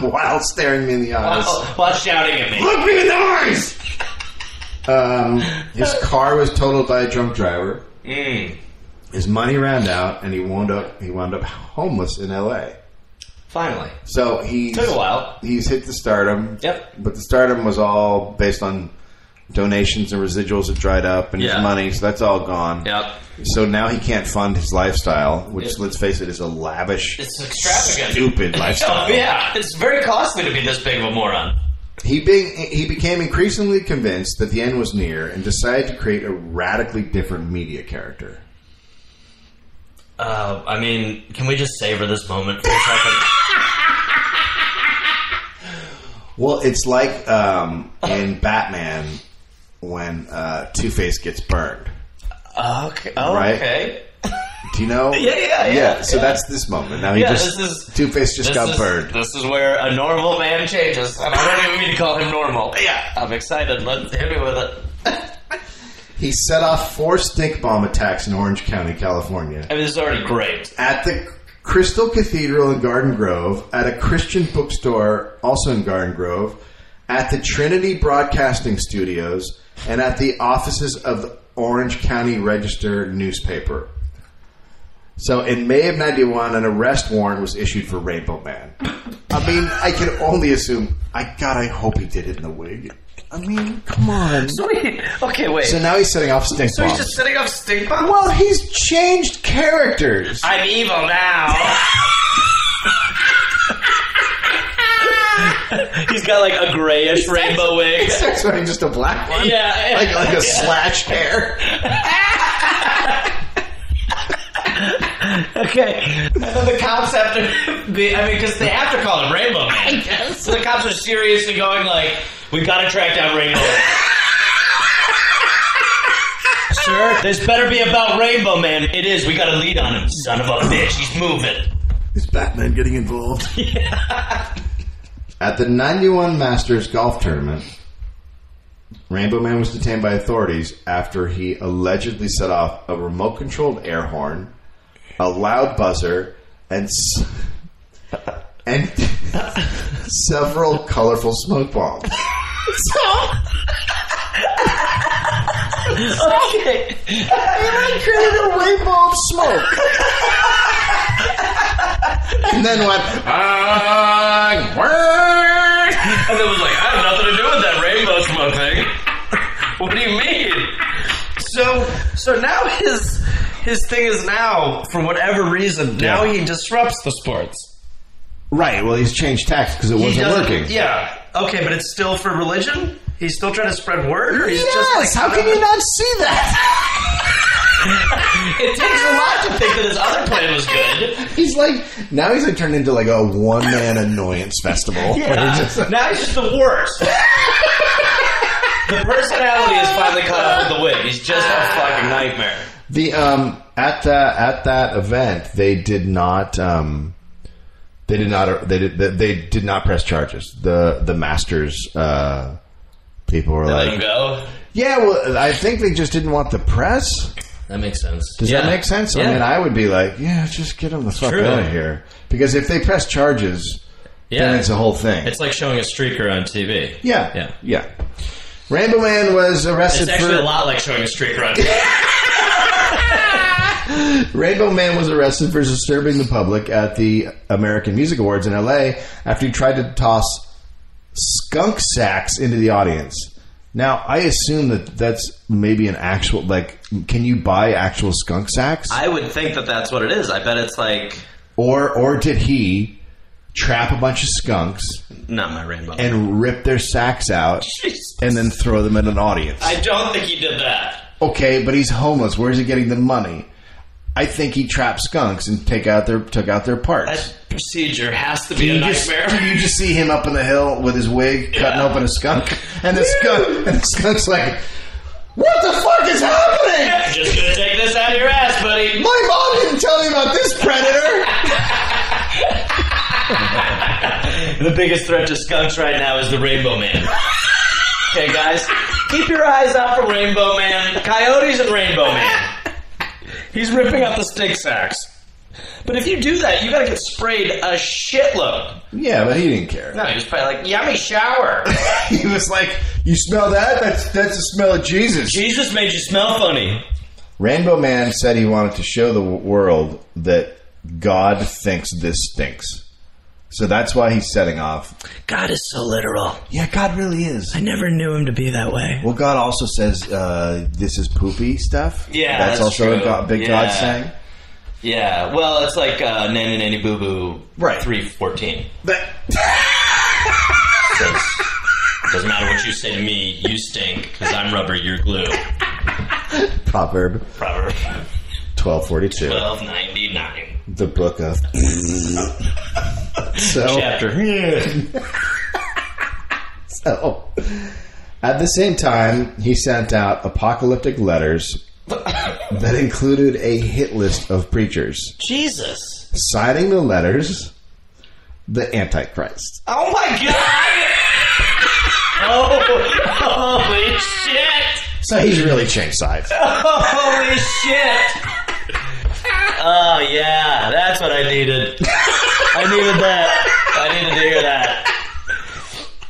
Speaker 5: while staring me in the eyes,
Speaker 6: while, while shouting at me.
Speaker 5: look me in the eyes. Um, his car was totaled by a drunk driver.
Speaker 6: Mm.
Speaker 5: His money ran out, and he wound up he wound up homeless in L.A.
Speaker 6: Finally,
Speaker 5: So he
Speaker 6: took a while.
Speaker 5: he's hit the stardom.
Speaker 6: Yep.
Speaker 5: But the stardom was all based on donations and residuals have dried up and
Speaker 6: Yeah.
Speaker 5: his money, so that's all gone.
Speaker 6: Yep.
Speaker 5: So now he can't fund his lifestyle, which
Speaker 6: Yeah.
Speaker 5: let's face it, is a lavish,
Speaker 6: It's extravagant.
Speaker 5: stupid
Speaker 6: Oh
Speaker 5: lifestyle.
Speaker 6: yeah, it's very costly to be this big of a moron.
Speaker 5: He being he became increasingly convinced that the end was near and decided to create a radically different media character.
Speaker 6: Uh, I mean, can we just savor this moment for a second?
Speaker 5: Well, it's like um, in Batman when uh, Two Face gets burned.
Speaker 6: Okay. Oh,
Speaker 5: Right.
Speaker 6: Okay.
Speaker 5: Do you know?
Speaker 6: Yeah, yeah, yeah.
Speaker 5: so that's this moment. Now he
Speaker 6: Yeah,
Speaker 5: just
Speaker 6: this is-
Speaker 5: Two Face just
Speaker 6: This
Speaker 5: got
Speaker 6: is-
Speaker 5: burned.
Speaker 6: This is where a normal man changes, and I don't even mean to call him normal. Yeah, I'm excited. Let's hit me with it.
Speaker 5: He set off four stink bomb attacks in Orange County, California.
Speaker 6: I mean, this is already great.
Speaker 5: At the Crystal Cathedral in Garden Grove, at a Christian bookstore also in Garden Grove, at the Trinity Broadcasting Studios, and at the offices of the Orange County Register newspaper. So in May of 91, an arrest warrant was issued for Rainbow Man. I mean, I can only assume. I God, I hope he did it in the wig. I mean, come on. So,
Speaker 8: Wait, okay, wait. So,
Speaker 5: now he's setting off stink
Speaker 8: he's
Speaker 5: bombs.
Speaker 8: just setting up stink bombs?
Speaker 5: well, he's changed characters.
Speaker 8: I'm evil now.
Speaker 6: He's got like a grayish rainbow wig.
Speaker 5: That's why he's just a black one.
Speaker 6: Yeah,
Speaker 5: Like, like a slashed hair.
Speaker 6: okay. And then the cops have to. Be, I mean, because they have to call him Rainbow Man. I guess. So the cops are seriously going like, we gotta track down Rainbow. Man." Sir, this better be about Rainbow Man. It is. We got a lead on him. Son of a bitch, he's moving.
Speaker 5: Is Batman getting involved? At the 91 Masters golf tournament, Rainbow Man was detained by authorities after he allegedly set off a remote controlled air horn, a loud buzzer, and s- and several colorful smoke bombs.
Speaker 8: Okay.
Speaker 5: I created a rainbow of smoke. and then went, ah, word.
Speaker 6: And then was like, I have nothing to do with that rainbow smoke thing. What do you mean?
Speaker 8: So so now his his thing is now for whatever reason now
Speaker 5: Yeah.
Speaker 8: he disrupts the sports.
Speaker 5: Right. Well, he's changed tax because it
Speaker 8: He
Speaker 5: wasn't
Speaker 8: doesn't-
Speaker 5: working.
Speaker 8: Yeah. Okay, but it's still for religion. He's still trying to spread word, or he's
Speaker 5: Yes,
Speaker 8: just like
Speaker 5: how can you not see that?
Speaker 8: it takes a lot to think that his other plan was good.
Speaker 5: He's like now he's like turned into like a one man annoyance festival. Where he just-
Speaker 8: Now he's just the worst.
Speaker 6: The personality is finally caught up with the wig. He's just a fucking nightmare.
Speaker 5: the um at that at that event they did not um they did not they did they did not press charges. The the masters uh people were
Speaker 6: Let him
Speaker 5: like
Speaker 6: go.
Speaker 5: yeah well I think they just didn't want the press.
Speaker 6: That makes sense.
Speaker 5: Does that make sense? I
Speaker 6: Yeah.
Speaker 5: mean I would be like yeah just get them the fuck
Speaker 6: True.
Speaker 5: out of here because if they press charges
Speaker 6: Yeah.
Speaker 5: then it's a whole thing.
Speaker 6: It's like showing a streaker on TV.
Speaker 5: Yeah.
Speaker 6: Yeah.
Speaker 5: Yeah. Rainbow Man was arrested
Speaker 6: It's actually a
Speaker 5: for
Speaker 6: lot like showing a streaker on TV.
Speaker 5: Rainbow Man was arrested for disturbing the public at the American Music Awards in LA after he tried to toss skunk sacks into the audience. Now, I assume that that's maybe an actual like can you buy actual skunk sacks
Speaker 8: I would think that that's what it is. I bet it's like
Speaker 5: or or did he trap a bunch of skunks
Speaker 8: not my rainbow.
Speaker 5: and rip their sacks out and then throw them at an audience?
Speaker 6: I don't think he did that.
Speaker 5: Okay, but he's homeless. Where's he getting the money? I think he trapped skunks and take out their took out their parts.
Speaker 6: That procedure has to be
Speaker 5: Do
Speaker 6: a
Speaker 5: you, just,
Speaker 6: nightmare.
Speaker 5: do you just see him up in the hill with his wig cutting open a skunk, and the skunk and the skunk's like, "What the fuck is happening?
Speaker 6: just gonna take this out of your ass, buddy.
Speaker 5: My mom didn't tell me about this predator."
Speaker 6: The biggest threat to skunks right now is the Rainbow Man. okay, guys, keep your eyes out for Rainbow Man, coyotes, and Rainbow Man. He's ripping up the stick sacks.
Speaker 8: But if you do that, you gotta get sprayed a shitload.
Speaker 5: yeah, but he didn't care.
Speaker 8: No, he was probably like, yummy shower.
Speaker 5: He was like, "You smell that? That's that's the smell of Jesus."
Speaker 6: Jesus made you smell funny.
Speaker 5: Rainbow Man said he wanted to show the world that God thinks this stinks. So that's why he's setting off
Speaker 8: God is so literal.
Speaker 5: Yeah, God really is. I never knew him to be that way. Well, God also says uh, this is poopy stuff.
Speaker 8: Yeah,
Speaker 5: that's,
Speaker 8: that's
Speaker 5: also a
Speaker 8: true.
Speaker 5: God, big
Speaker 8: Yeah.
Speaker 5: God saying.
Speaker 8: Yeah, well, it's like uh, Nanny Nanny Boo Boo
Speaker 5: Right.
Speaker 8: 314.
Speaker 5: But
Speaker 8: Says,
Speaker 6: Doesn't matter what you say to me, you stink, because I'm rubber, you're glue.
Speaker 5: proverb
Speaker 6: Proverb
Speaker 5: twelve forty two,
Speaker 6: 1299.
Speaker 5: the book of so
Speaker 6: Chapter.
Speaker 5: so. At the same time, he sent out apocalyptic letters that included a hit list of preachers.
Speaker 8: Jesus.
Speaker 5: Signing the letters, the Antichrist.
Speaker 8: Oh my God!
Speaker 6: oh, holy shit!
Speaker 5: So he's really changed sides.
Speaker 8: Holy shit!
Speaker 6: Oh yeah, that's what I needed. I needed that. I needed to hear that.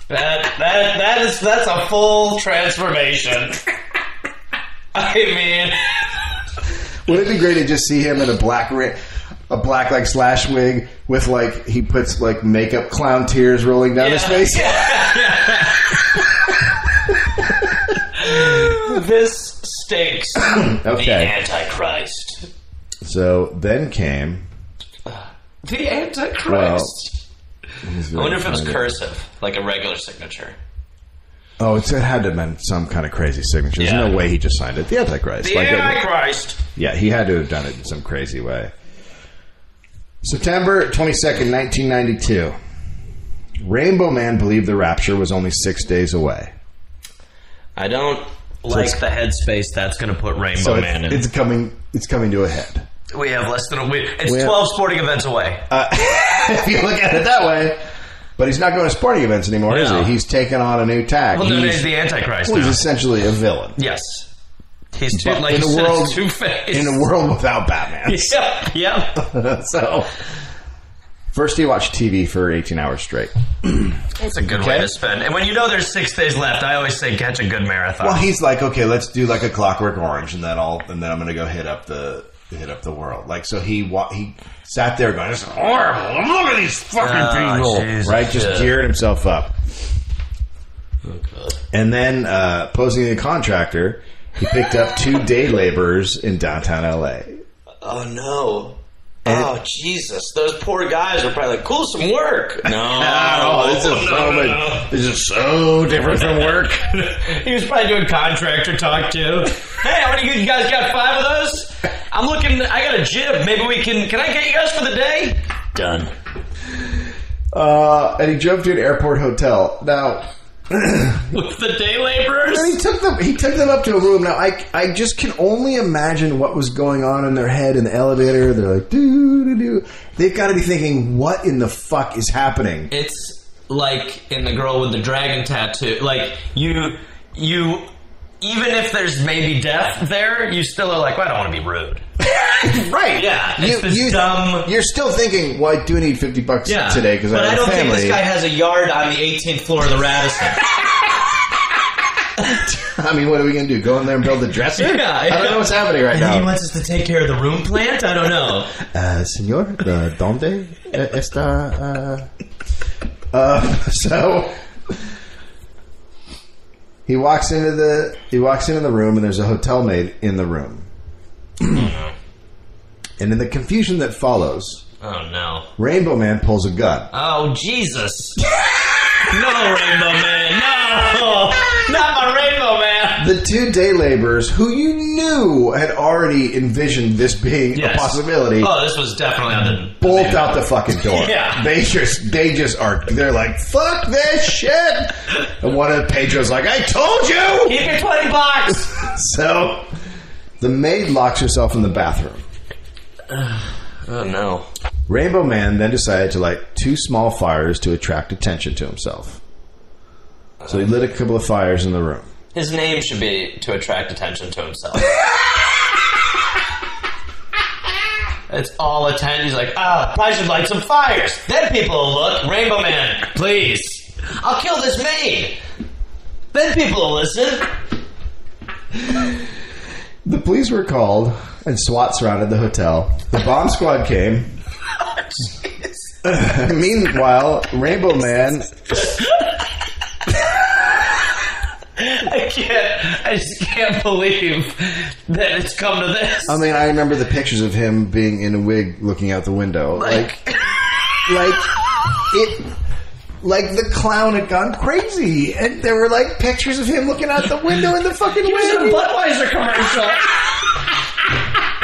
Speaker 6: That that that is that's a full transformation. I mean,
Speaker 5: Would it be great to just see him in a black ri- a black like slash wig with like he puts like makeup clown tears rolling down his face?
Speaker 6: this stinks. The
Speaker 5: Okay.
Speaker 6: Antichrist.
Speaker 5: So then came.
Speaker 6: The Antichrist.
Speaker 5: Well,
Speaker 6: I wonder if it was cursive, like a regular signature.
Speaker 5: Oh, it's, it had to have been some kind of crazy signature. There's
Speaker 6: Yeah.
Speaker 5: no way he just signed it. The Antichrist.
Speaker 6: The
Speaker 5: Like, it-
Speaker 6: Antichrist.
Speaker 5: yeah, he had to have done it in some crazy way. September 22nd, 1992. Rainbow Man believed the rapture was only six days away.
Speaker 6: I don't like
Speaker 5: it's-
Speaker 6: the headspace that's going to put Rainbow
Speaker 5: So
Speaker 6: Man in.
Speaker 5: it's, it's coming. It's coming to a head.
Speaker 6: we have less than a week. It's
Speaker 5: We have- Uh,
Speaker 6: 12 sporting events away.
Speaker 5: if you look at it that way. But he's not going to sporting events anymore, is
Speaker 6: No.
Speaker 5: he? He's taken on a new tack.
Speaker 6: well, no,
Speaker 5: he's,
Speaker 6: he's the Antichrist.
Speaker 5: well, he's
Speaker 6: now.
Speaker 5: essentially a villain
Speaker 6: Yes. He's too,
Speaker 5: But
Speaker 6: like
Speaker 5: in
Speaker 6: you
Speaker 5: a
Speaker 6: said,
Speaker 5: world-
Speaker 6: it's two-faced.
Speaker 5: in a world without Batman.
Speaker 6: Yep, yep.
Speaker 5: so, first he watched TV for 18 hours straight.
Speaker 6: That's a good way to spend. And when you know there's six days left, I always say catch a good marathon.
Speaker 5: Well, he's like, okay, let's do like a Clockwork Orange, and then I'll, and then I'm going to go hit up the hit up the world. Like, so he wa- he sat there going, "This is horrible. Look at these
Speaker 6: Ah,
Speaker 5: fucking people." right? Just gearing himself up. And then, uh, posing as a contractor, he picked up two day laborers in downtown LA.
Speaker 6: Oh no. Oh Jesus! Those poor guys are probably like, "Cool, some work." No,
Speaker 5: Oh, this is so much- This is so different from work.
Speaker 6: he was probably doing contractor talk too. hey, how many you guys got? Five of those? I'm looking. I got a jib. Maybe we can. Can I get you guys for the day? Done.
Speaker 5: Uh, and he drove to an airport hotel. Now,
Speaker 6: With the day
Speaker 5: And he
Speaker 6: laborers.
Speaker 5: took them. He took them up to a room. Now I, I just can only imagine what was going on in their head in the elevator. They're like, doo doo doo. They've got to be thinking, what in the fuck is happening?
Speaker 6: It's like in the girl with the dragon tattoo. Like you, you. Even if there's maybe death there, you still are like, well, I don't want to be rude.
Speaker 5: Right?
Speaker 6: Yeah, it's this dumb-
Speaker 5: You're still thinking, well, I do need fifty bucks today because I
Speaker 6: but
Speaker 5: have
Speaker 6: I
Speaker 5: a
Speaker 6: don't
Speaker 5: family.
Speaker 6: think this guy has a yard on the 18th floor of the Radisson.
Speaker 5: I mean, what are we gonna do? Go in there and build a dresser?
Speaker 6: Yeah,
Speaker 5: I don't
Speaker 6: yeah.
Speaker 5: know what's happening right
Speaker 6: and he
Speaker 5: now.
Speaker 6: wants us to take care of the room plant. I don't know.
Speaker 5: Uh, señor, uh, donde está? Uh, uh, so he walks into the he walks into the room, and there's a hotel maid in the room. and in the confusion that follows,
Speaker 6: Oh no.
Speaker 5: Rainbow Man pulls a gun.
Speaker 6: Oh Jesus. no rainbow man. No, not my rainbow man.
Speaker 5: the two day laborers, who you knew had already envisioned this being
Speaker 6: Yes.
Speaker 5: a possibility,
Speaker 6: Oh, this was definitely on the
Speaker 5: bolt out the fucking door.
Speaker 6: Yeah.
Speaker 5: They just they just are they're like, fuck this shit. And one of Pedro's like, I told you
Speaker 6: Keep your twenty bucks.
Speaker 5: So the maid locks herself in the bathroom.
Speaker 6: Oh no.
Speaker 5: Rainbow Man then decided to light two small fires to attract attention to himself. So he lit a couple of fires in the room.
Speaker 6: His name should be to attract attention to himself. It's all attention. He's like, ah, I should light some fires. Then people will look. Rainbow Man, please. I'll kill this maid. Then people will listen.
Speaker 5: The police were called, and SWAT surrounded the hotel. The bomb squad came. Meanwhile, Rainbow Man,
Speaker 6: I can't. I just can't believe that it's come to this.
Speaker 5: I mean, I remember the pictures of him being in a wig looking out the window. Like, like, it, like the clown had gone crazy. And there were like pictures of him looking out the window in the fucking
Speaker 6: It's
Speaker 5: wig.
Speaker 6: a Budweiser commercial.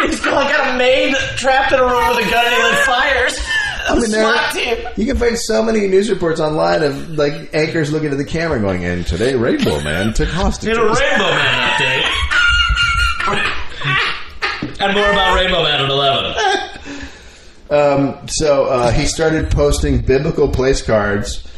Speaker 6: He's got got a maid trapped in a room with a gun and lit fires.
Speaker 5: I mean, there-
Speaker 6: SWAT team.
Speaker 5: You can find so many news reports online of like anchors looking at the camera going, and today Rainbow Man took hostages.
Speaker 6: Did a Rainbow Man update. and more about Rainbow Man at 11.
Speaker 5: Um, so uh, he started posting biblical place cards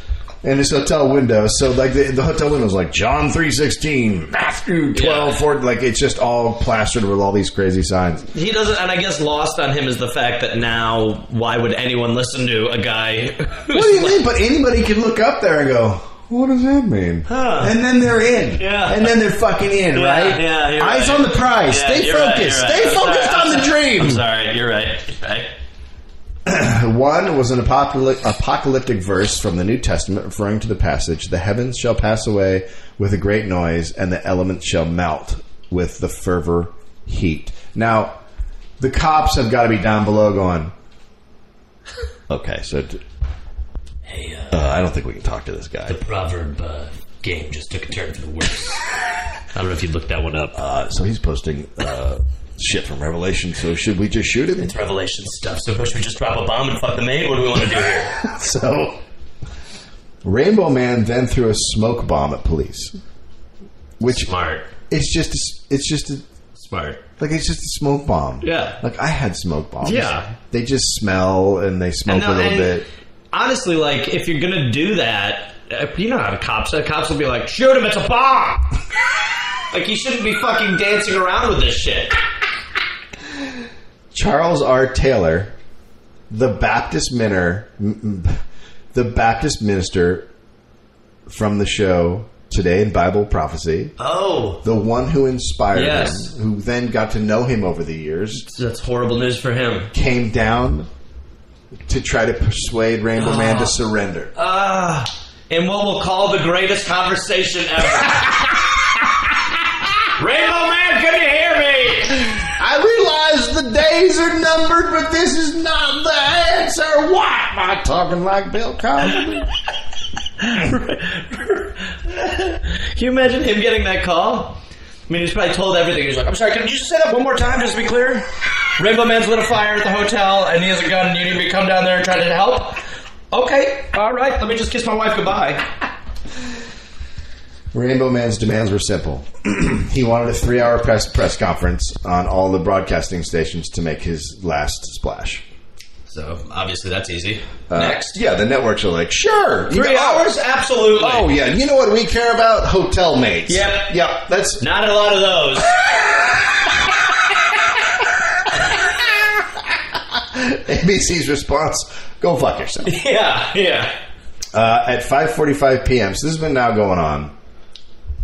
Speaker 5: in his hotel window. So like the, the hotel window is like John three sixteen, Matthew twelve
Speaker 6: Yeah.
Speaker 5: 14. Like it's just all plastered with all these crazy signs.
Speaker 6: He doesn't, and I guess lost on him is the fact that now, why would anyone listen to a guy? Who's
Speaker 5: What do you
Speaker 6: like-
Speaker 5: mean? But anybody can look up there and go. What does that mean?
Speaker 6: Huh.
Speaker 5: And then they're in.
Speaker 6: Yeah.
Speaker 5: And then they're fucking in,
Speaker 6: Yeah,
Speaker 5: right?
Speaker 6: yeah, you're
Speaker 5: Eyes
Speaker 6: right.
Speaker 5: on the prize.
Speaker 6: Yeah,
Speaker 5: Stay
Speaker 6: you're right,
Speaker 5: focused.
Speaker 6: you're right.
Speaker 5: Stay
Speaker 6: I'm
Speaker 5: focused
Speaker 6: sorry,
Speaker 5: on the
Speaker 6: I'm
Speaker 5: dream.
Speaker 6: I'm sorry, you're right. You're right.
Speaker 5: One was an apocalyptic, apocalyptic verse from the New Testament referring to the passage, The heavens shall pass away with a great noise, and the elements shall melt with the fervor heat. Now, the cops have got to be down below going, Okay, so. d- uh, I don't think we can talk to this guy.
Speaker 9: proverb uh, game just took a turn for the worse. I don't know if you looked that one up.
Speaker 5: Uh, so he's posting uh, shit from Revelation, so should we just shoot him?
Speaker 9: it's Revelation stuff. So should we just drop a bomb and fuck the maid? What do we want to do here?
Speaker 5: So, Rainbow Man then threw a smoke bomb at police, which
Speaker 9: Smart,
Speaker 5: it's just a s it's just a,
Speaker 9: smart.
Speaker 5: like it's just a smoke bomb.
Speaker 6: Yeah.
Speaker 5: like I had smoke bombs.
Speaker 6: Yeah.
Speaker 5: they just smell and they smoke
Speaker 6: No,
Speaker 5: a little
Speaker 6: and
Speaker 5: bit.
Speaker 6: Honestly, like if you're gonna do that, uh, you know how the cops. The cops will be like, "Shoot him! It's a bomb." like you shouldn't be fucking dancing around with this shit.
Speaker 5: Charles R. Taylor, the Baptist minner, m- m- the Baptist minister from the show today in Bible prophecy,
Speaker 6: Oh,
Speaker 5: the one who inspired
Speaker 6: Yes.
Speaker 5: him, who then got to know him over the years.
Speaker 6: that's horrible news for him.
Speaker 5: came down to try to persuade Rainbow Man
Speaker 6: Oh.
Speaker 5: to surrender.
Speaker 6: Ah, in what we'll call the greatest conversation ever.
Speaker 10: Rainbow Man, good to hear me.
Speaker 5: I realize the days are numbered, but this is not the answer. Why am I talking like Bill Cosby?
Speaker 6: Can you imagine him getting that call? I mean, he's probably told everything. He's like, "I'm sorry, can you just set up one more time, just to be clear?" Rainbow Man's lit a fire at the hotel, and he has a gun. and You need me to come down there and try to help. Okay, all right. Let me just kiss my wife goodbye.
Speaker 5: Rainbow Man's demands were simple. he wanted a three-hour press press conference on all the broadcasting stations to make his last splash.
Speaker 6: So obviously that's easy.
Speaker 5: Uh,
Speaker 6: Next,
Speaker 5: yeah, the networks are like, sure, you
Speaker 6: three
Speaker 5: know-
Speaker 6: hours, absolutely.
Speaker 5: Oh yeah, you know what we care about? Hotel mates.
Speaker 6: Yep.
Speaker 5: yep. That's
Speaker 6: Not a lot of those.
Speaker 5: ABC's response. Go fuck yourself.
Speaker 6: yeah, yeah.
Speaker 5: uh, at 5:45 p.m. So this has been now going on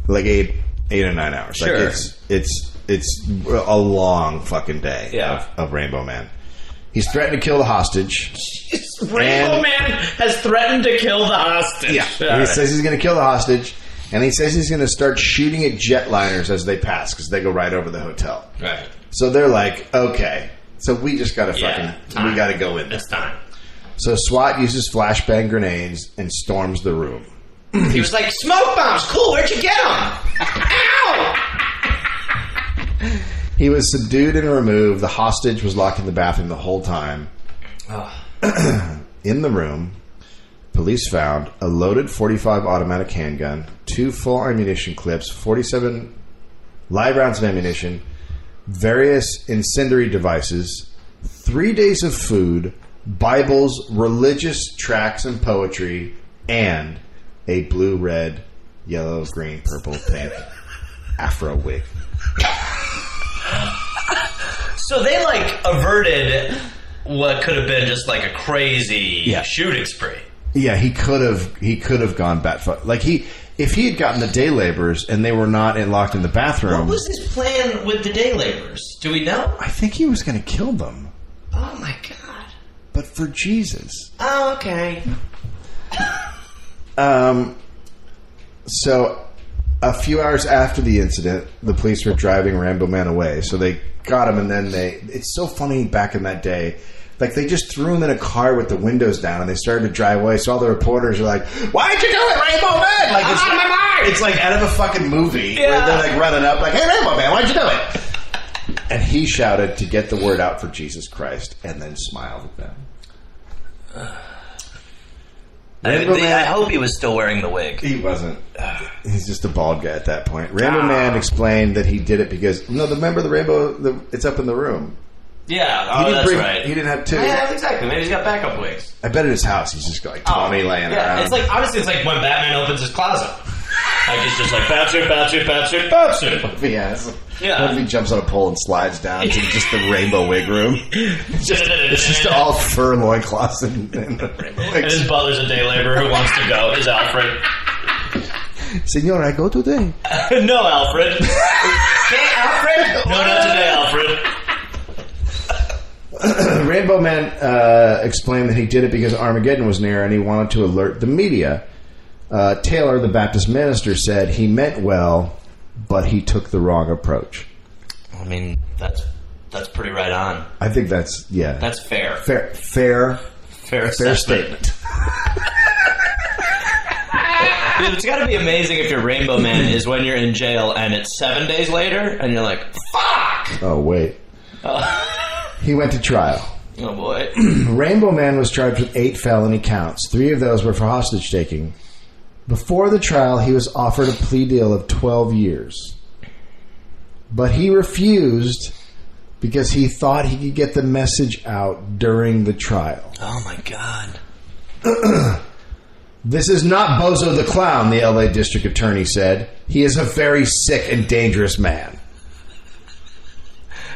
Speaker 5: like eight, eight or nine hours.
Speaker 6: Sure.
Speaker 5: Like it's it's it's a long fucking day
Speaker 6: Yeah.
Speaker 5: of, of Rainbow Man. He's threatened to kill the hostage.
Speaker 6: Rainbow
Speaker 5: And-
Speaker 6: Man has threatened to kill the hostage. All
Speaker 5: he
Speaker 6: right.
Speaker 5: says he's going to kill the hostage, and he says he's going to start shooting at jetliners as they pass because they go right over the hotel.
Speaker 6: Right.
Speaker 5: So they're like, okay, so we just got to
Speaker 6: Yeah.
Speaker 5: fucking we got to go in there.
Speaker 6: It's time.
Speaker 5: So SWAT uses flashbang grenades and storms the room.
Speaker 6: He was like, "Smoke bombs, cool. Where'd you get them?" Ow!
Speaker 5: He was subdued and removed. The hostage was locked in the bathroom the whole time. in the room, police found a loaded 45 automatic handgun, two full ammunition clips, 47 live rounds of ammunition, various incendiary devices, 3 days of food, bibles, religious tracts and poetry, and a blue, red, yellow, green, purple, pink afro wig.
Speaker 6: So they like averted what could have been just like a crazy
Speaker 5: Yeah.
Speaker 6: shooting spree.
Speaker 5: Yeah, he could have he could have gone batfuck. Like he if he had gotten the day laborers and they were not in, locked in the bathroom,
Speaker 6: What was his plan with the day laborers? Do we know?
Speaker 5: I think he was going to kill them,
Speaker 6: Oh my god.
Speaker 5: but for Jesus.
Speaker 6: Oh, okay.
Speaker 5: Um so a few hours after the incident, the police were driving Rambo Man away. So they got him and then they it's so funny back in that day. Like they just threw him in a car with the windows down and they started to drive away. So all the reporters are like, Why'd you do it, Rainbow Man? Like it's
Speaker 6: Out of my mind!
Speaker 5: It's like out of a fucking movie where
Speaker 6: Yeah.
Speaker 5: they're like running up, like, "Hey, Rambo man, why'd you do it?" And he shouted to get the word out for Jesus Christ, and then smiled at them. Rainbow Man,
Speaker 9: I hope he was still wearing the wig.
Speaker 5: he wasn't. He's just a bald guy at that
Speaker 6: Ah.
Speaker 5: point. Rainbow Man explained that he did it because no, the member of the Rainbow, the, it's up in the room.
Speaker 6: Yeah,
Speaker 5: He
Speaker 6: oh,
Speaker 5: didn't
Speaker 6: that's
Speaker 5: bring-
Speaker 6: right.
Speaker 5: He didn't have two.
Speaker 6: yeah, exactly. Maybe he's got backup wigs.
Speaker 5: I bet at his house he's just like Tommy
Speaker 6: Oh,
Speaker 5: laying
Speaker 6: Yeah,
Speaker 5: around.
Speaker 6: it's like honestly, it's like when Batman opens his closet. Like he's just like bouncer, bouncer, bouncer, bouncer.
Speaker 5: yeah. it's-
Speaker 6: Yeah.
Speaker 5: What if he jumps on a pole and slides down to just the rainbow wig room? It's just all fur loincloths and, and
Speaker 6: And his butler's a day laborer who wants to go. Is Alfred?
Speaker 5: Senor, I go today.
Speaker 6: no, Alfred. Alfred? No, not today, Alfred.
Speaker 5: Rainbow Man uh, explained that he did it because Armageddon was near and he wanted to alert the media. Uh, Taylor, the Baptist minister, said he meant well, but he took the wrong approach.
Speaker 6: I mean, that's that's pretty right on.
Speaker 5: I think that's yeah,
Speaker 6: That's fair.
Speaker 5: fair, fair,
Speaker 6: Fair,
Speaker 5: fair
Speaker 6: assessment.
Speaker 5: statement.
Speaker 6: Dude, it's got to be amazing if your Rainbow Man is when you're in jail and it's seven days later and you're like, fuck!
Speaker 5: Oh wait, he went to trial.
Speaker 6: Oh boy.
Speaker 5: Rainbow Man was charged with eight felony counts. Three of those were for hostage taking. Before the trial, he was offered a plea deal of 12 years. But he refused because he thought he could get the message out during the trial.
Speaker 6: Oh my god.
Speaker 5: This is not Bozo the Clown, the LA District Attorney said. He is a very sick and dangerous man.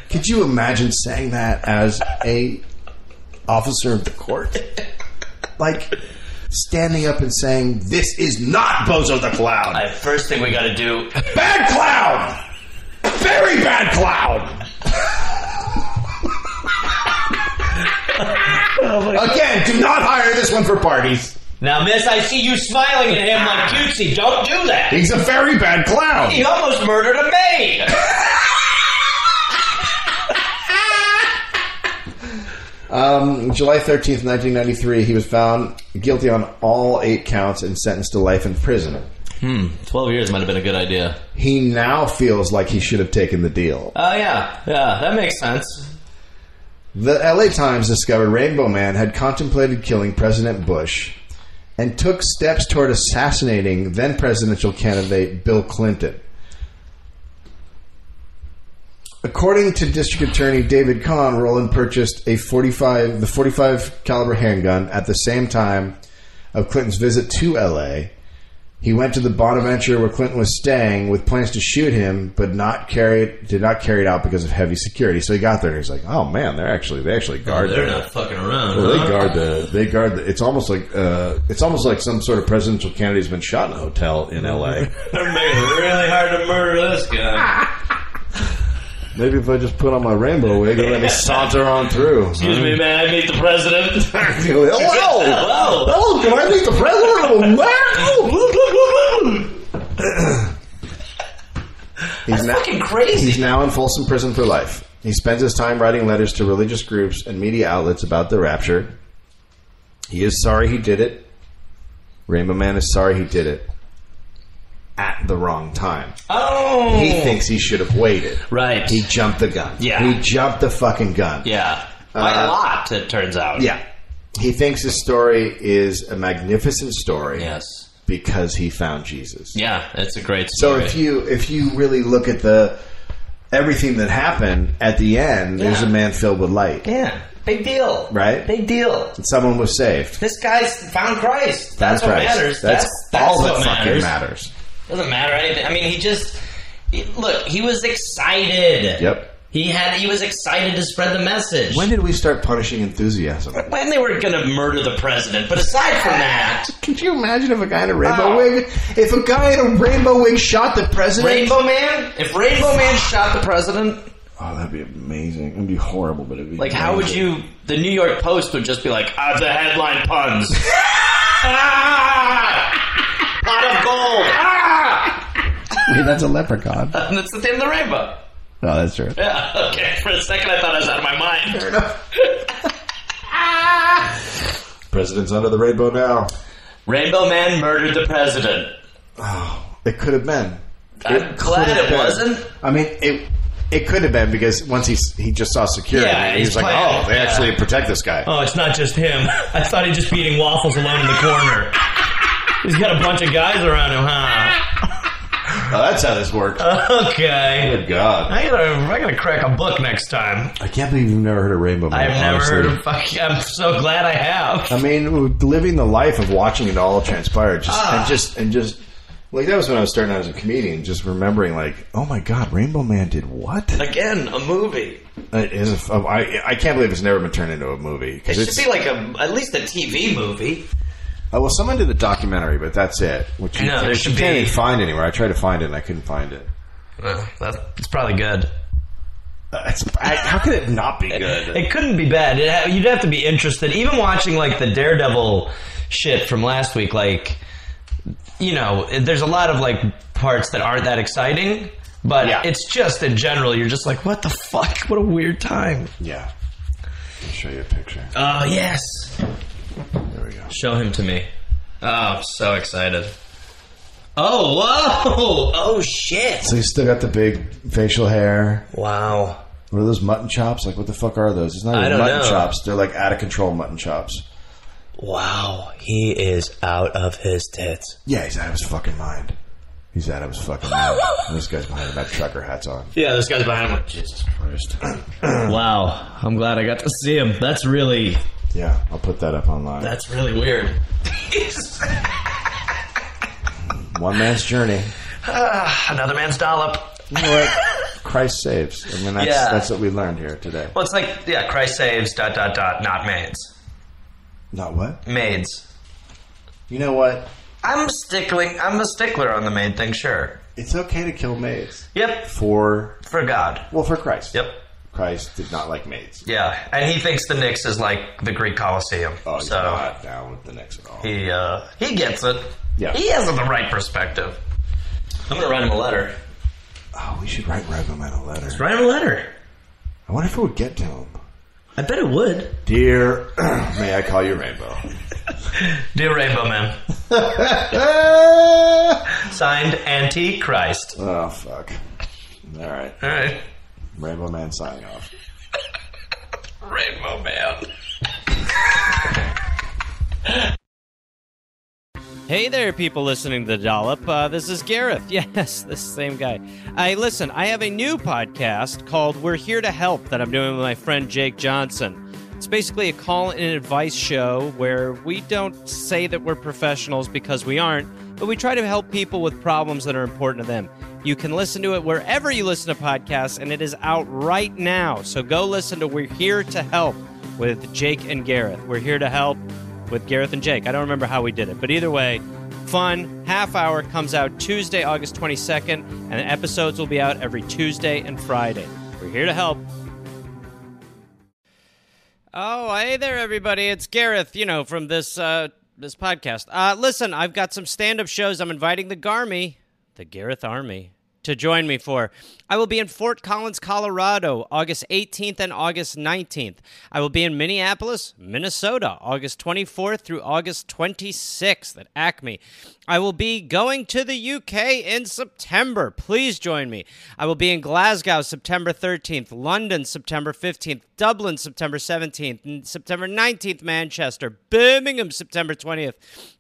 Speaker 5: Could you imagine saying that as a officer of the court? Like standing up and saying, This is not Bozo the Clown.
Speaker 6: I first thing we got to do.
Speaker 5: Bad clown! Very bad clown! Again, do not hire this one for parties.
Speaker 6: Now, miss, I see you smiling at him like cutesy. Don't do that.
Speaker 5: He's a very bad clown.
Speaker 6: He almost murdered a maid.
Speaker 5: Um, July 13th, 1993, he was found guilty on all eight counts and sentenced to life in prison.
Speaker 6: Hmm. Twelve years might have been a good idea.
Speaker 5: He now feels like he should have taken the deal.
Speaker 6: Oh yeah, yeah. That makes sense.
Speaker 5: The LA Times discovered Rainbow Man had contemplated killing President Bush and took steps toward assassinating then presidential candidate Bill Clinton. According to District Attorney David Kahn, Roland purchased a 45 the 45 caliber handgun at the same time of Clinton's visit to LA. He went to the Bonaventure where Clinton was staying with plans to shoot him, but not carry it, did not carry it out because of heavy security. So he got there and he's like, "Oh man, they're actually they actually guard
Speaker 6: Oh, They're
Speaker 5: the-
Speaker 6: not fucking around.
Speaker 5: well,
Speaker 6: huh?
Speaker 5: they guard the. They guard the. It's almost like uh, it's almost like some sort of presidential candidate's been shot in a hotel in L.A.
Speaker 6: They're making it really hard to murder this guy.
Speaker 5: Maybe if I just put on my rainbow wig and let me saunter on through.
Speaker 6: Excuse me, man. I meet the president.
Speaker 5: Hello, hello,
Speaker 6: Whoa.
Speaker 5: can I meet the president of America? He's now,
Speaker 6: Fucking crazy.
Speaker 5: he's now in Folsom Prison for life. He spends his time writing letters to religious groups and media outlets about the rapture. He is sorry he did it. Rainbow Man is sorry he did it at the wrong time.
Speaker 6: Oh.
Speaker 5: He thinks he should have waited.
Speaker 6: Right.
Speaker 5: He jumped the gun.
Speaker 6: Yeah.
Speaker 5: He jumped the fucking gun.
Speaker 6: yeah. By
Speaker 5: Uh,
Speaker 6: a lot, it turns out.
Speaker 5: Yeah. He thinks his story is a magnificent story
Speaker 6: Yes.
Speaker 5: because he found Jesus.
Speaker 6: Yeah, it's a great
Speaker 5: So
Speaker 6: story.
Speaker 5: if you if you really look at the everything that happened at the end, there's a
Speaker 6: Yeah.
Speaker 5: man filled with light,
Speaker 6: yeah, big deal.
Speaker 5: right?
Speaker 6: Big deal.
Speaker 5: Someone was saved.
Speaker 6: This guy's found Christ.
Speaker 5: Found
Speaker 6: That's what
Speaker 5: Christ.
Speaker 6: matters.
Speaker 5: That's,
Speaker 6: That's, that's
Speaker 5: all
Speaker 6: what
Speaker 5: that fucking
Speaker 6: matters.
Speaker 5: matters.
Speaker 6: Doesn't matter anything. I mean, he just he- look. He was excited.
Speaker 5: Yep.
Speaker 6: He had. He was excited to spread the message.
Speaker 5: When did we start punishing enthusiasm?
Speaker 6: when they were going to murder the president. But aside from that,
Speaker 5: Could you imagine if a guy in a rainbow
Speaker 6: Wow.
Speaker 5: wig, if a guy in a rainbow wig shot the president?
Speaker 6: Rainbow Man. If Rainbow Man shot the president,
Speaker 5: Oh, that'd be amazing. It'd be horrible, but it'd be
Speaker 6: Like, how would you? The New York Post would just be like, ah, the headline puns. ah! Pot of gold. Ah!
Speaker 5: that's a leprechaun. Oh,
Speaker 6: And that's the theme of the rainbow.
Speaker 5: that's true.
Speaker 6: Yeah, okay. For a second, I thought I was out of my mind.
Speaker 5: President's under the rainbow now.
Speaker 6: Rainbow Man murdered the president.
Speaker 5: Oh, It could have been.
Speaker 6: I'm glad
Speaker 5: could have
Speaker 6: it
Speaker 5: been.
Speaker 6: wasn't.
Speaker 5: I mean, it it could have been because once he he just saw security,
Speaker 6: Yeah,
Speaker 5: he was
Speaker 6: he's
Speaker 5: like,
Speaker 6: planning,
Speaker 5: "Oh, they
Speaker 6: yeah.
Speaker 5: actually protect this guy."
Speaker 11: Oh, it's not just him. I thought he'd just be eating waffles alone in the corner. He's got a bunch of guys around him, huh?
Speaker 5: Oh, that's how this works.
Speaker 6: Okay.
Speaker 5: Good God.
Speaker 6: I gotta, I gotta crack a book next time.
Speaker 5: I can't believe you've never heard of Rainbow Man.
Speaker 6: I've never
Speaker 5: honestly.
Speaker 6: heard of fucking. I'm so glad I have.
Speaker 5: I mean, living the life of watching it all transpire, just
Speaker 6: Ah.
Speaker 5: and just and just like that was when I was starting out as a comedian. Just remembering, like, oh my god, Rainbow Man did what?
Speaker 12: Again, a movie.
Speaker 5: It is, I I can't believe it's never been turned into a movie. 'cause
Speaker 12: It should
Speaker 5: it's-
Speaker 12: be like a at least a TV movie.
Speaker 5: Oh, well, someone did a documentary, but that's it. Which you,
Speaker 6: No, there
Speaker 5: you
Speaker 6: should
Speaker 5: can't
Speaker 6: be-
Speaker 5: even find anywhere. I tried to find it, and I couldn't find it.
Speaker 6: Well, that's, it's probably good.
Speaker 5: Uh, it's- I- how could it not be good?
Speaker 6: It couldn't be bad. It ha- you'd have to be interested. Even watching like the Daredevil shit from last week, like you know, it- there's a lot of like parts that aren't that exciting, but
Speaker 5: Yeah.
Speaker 6: it's just in general, you're just like, what the fuck? What a weird time.
Speaker 5: yeah, I'll show you a picture.
Speaker 6: Oh yes,
Speaker 5: There we go.
Speaker 6: show him to me. Oh, I'm so excited. Oh whoa! Oh shit!
Speaker 5: So he's still got the big facial hair.
Speaker 6: Wow.
Speaker 5: What are those mutton chops? Like, what the fuck are those? It's not
Speaker 6: I
Speaker 5: even
Speaker 6: don't
Speaker 5: mutton
Speaker 6: know.
Speaker 5: chops. They're like out of control mutton chops.
Speaker 6: Wow, he is out of his tits.
Speaker 5: Yeah, he's out of his fucking mind. He's out of his fucking mind. And this guy's behind him had trucker hats on.
Speaker 6: Yeah, this guy's behind him.
Speaker 5: Jesus Christ.
Speaker 6: Wow, I'm glad I got to see him. That's really
Speaker 5: yeah, I'll put that up online.
Speaker 6: That's really weird.
Speaker 5: One man's journey.
Speaker 6: Another man's dollop.
Speaker 5: You know what? Christ saves. I mean, that's
Speaker 6: Yeah.
Speaker 5: that's what we learned here today.
Speaker 6: Well, it's like, yeah, Christ saves, dot, dot, dot, not maids.
Speaker 5: Not what?
Speaker 6: Maids.
Speaker 5: You know what?
Speaker 6: I'm stickling, I'm a stickler on the maid thing, sure.
Speaker 5: It's okay to kill maids
Speaker 6: Yep,
Speaker 5: for
Speaker 6: for God.
Speaker 5: well for Christ.
Speaker 6: Yep.
Speaker 5: Christ did not like maids.
Speaker 6: Yeah, and he thinks the Knicks is like the Greek Colosseum.
Speaker 5: Oh, he's
Speaker 6: so
Speaker 5: not down with the next at all.
Speaker 6: he uh, he gets it.
Speaker 5: Yeah.
Speaker 6: He has the right perspective. I'm gonna write him a letter.
Speaker 5: Oh, we should write Reverman a letter.
Speaker 6: Write him a letter.
Speaker 5: I wonder if it would get to him.
Speaker 6: I bet it would.
Speaker 5: Dear, may I call you Rainbow?
Speaker 6: Dear Rainbow Man, signed Antichrist.
Speaker 5: oh fuck! All right,
Speaker 6: All right.
Speaker 5: Rainbow Man signing off.
Speaker 6: Rainbow Man.
Speaker 2: Hey there, people listening to the Dollop. Uh, this is Gareth. Yes, this same guy. I listen. I have a new podcast called "We're Here to Help" that I'm doing with my friend Jake Johnson. It's basically a call and advice show where we don't say that we're professionals because we aren't, but we try to help people with problems that are important to them. You can listen to it wherever you listen to podcasts, and it is out right now. So go listen to "We're Here to Help" with Jake and Gareth. We're here to help with Gareth and Jake. I don't remember how we did it, but either way, fun half hour comes out Tuesday, August 22nd, and the episodes will be out every Tuesday and Friday. We're here to help. Oh, hey there, everybody! It's Gareth, you know, from this uh, this podcast. Uh, listen, I've got some stand up shows. I'm inviting the Garmy, the Gareth Army, to join me for. I will be in Fort Collins, Colorado, August 18th and August 19th. I will be in Minneapolis, Minnesota, August 24th through August 26th at Acme. I will be going to the UK in September. Please join me. I will be in Glasgow September 13th, London September 15th, Dublin September 17th, and September 19th, Manchester, Birmingham September 20th,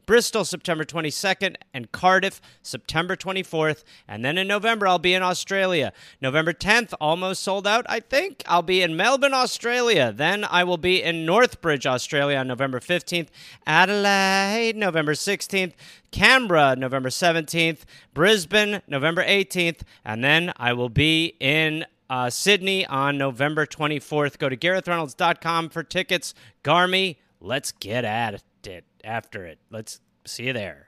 Speaker 2: Bristol September 22nd, and Cardiff September 24th. And then in November, I'll be in Australia. November 10th, almost sold out, I think. I'll be in Melbourne, Australia. Then I will be in Northbridge, Australia on November 15th, Adelaide November 16th, Canberra November 17th, Brisbane November 18th, and then I will be in uh, Sydney on November 24th. Go to GarethReynolds.com for tickets. Garmy, let's get at it after it. Let's see you there.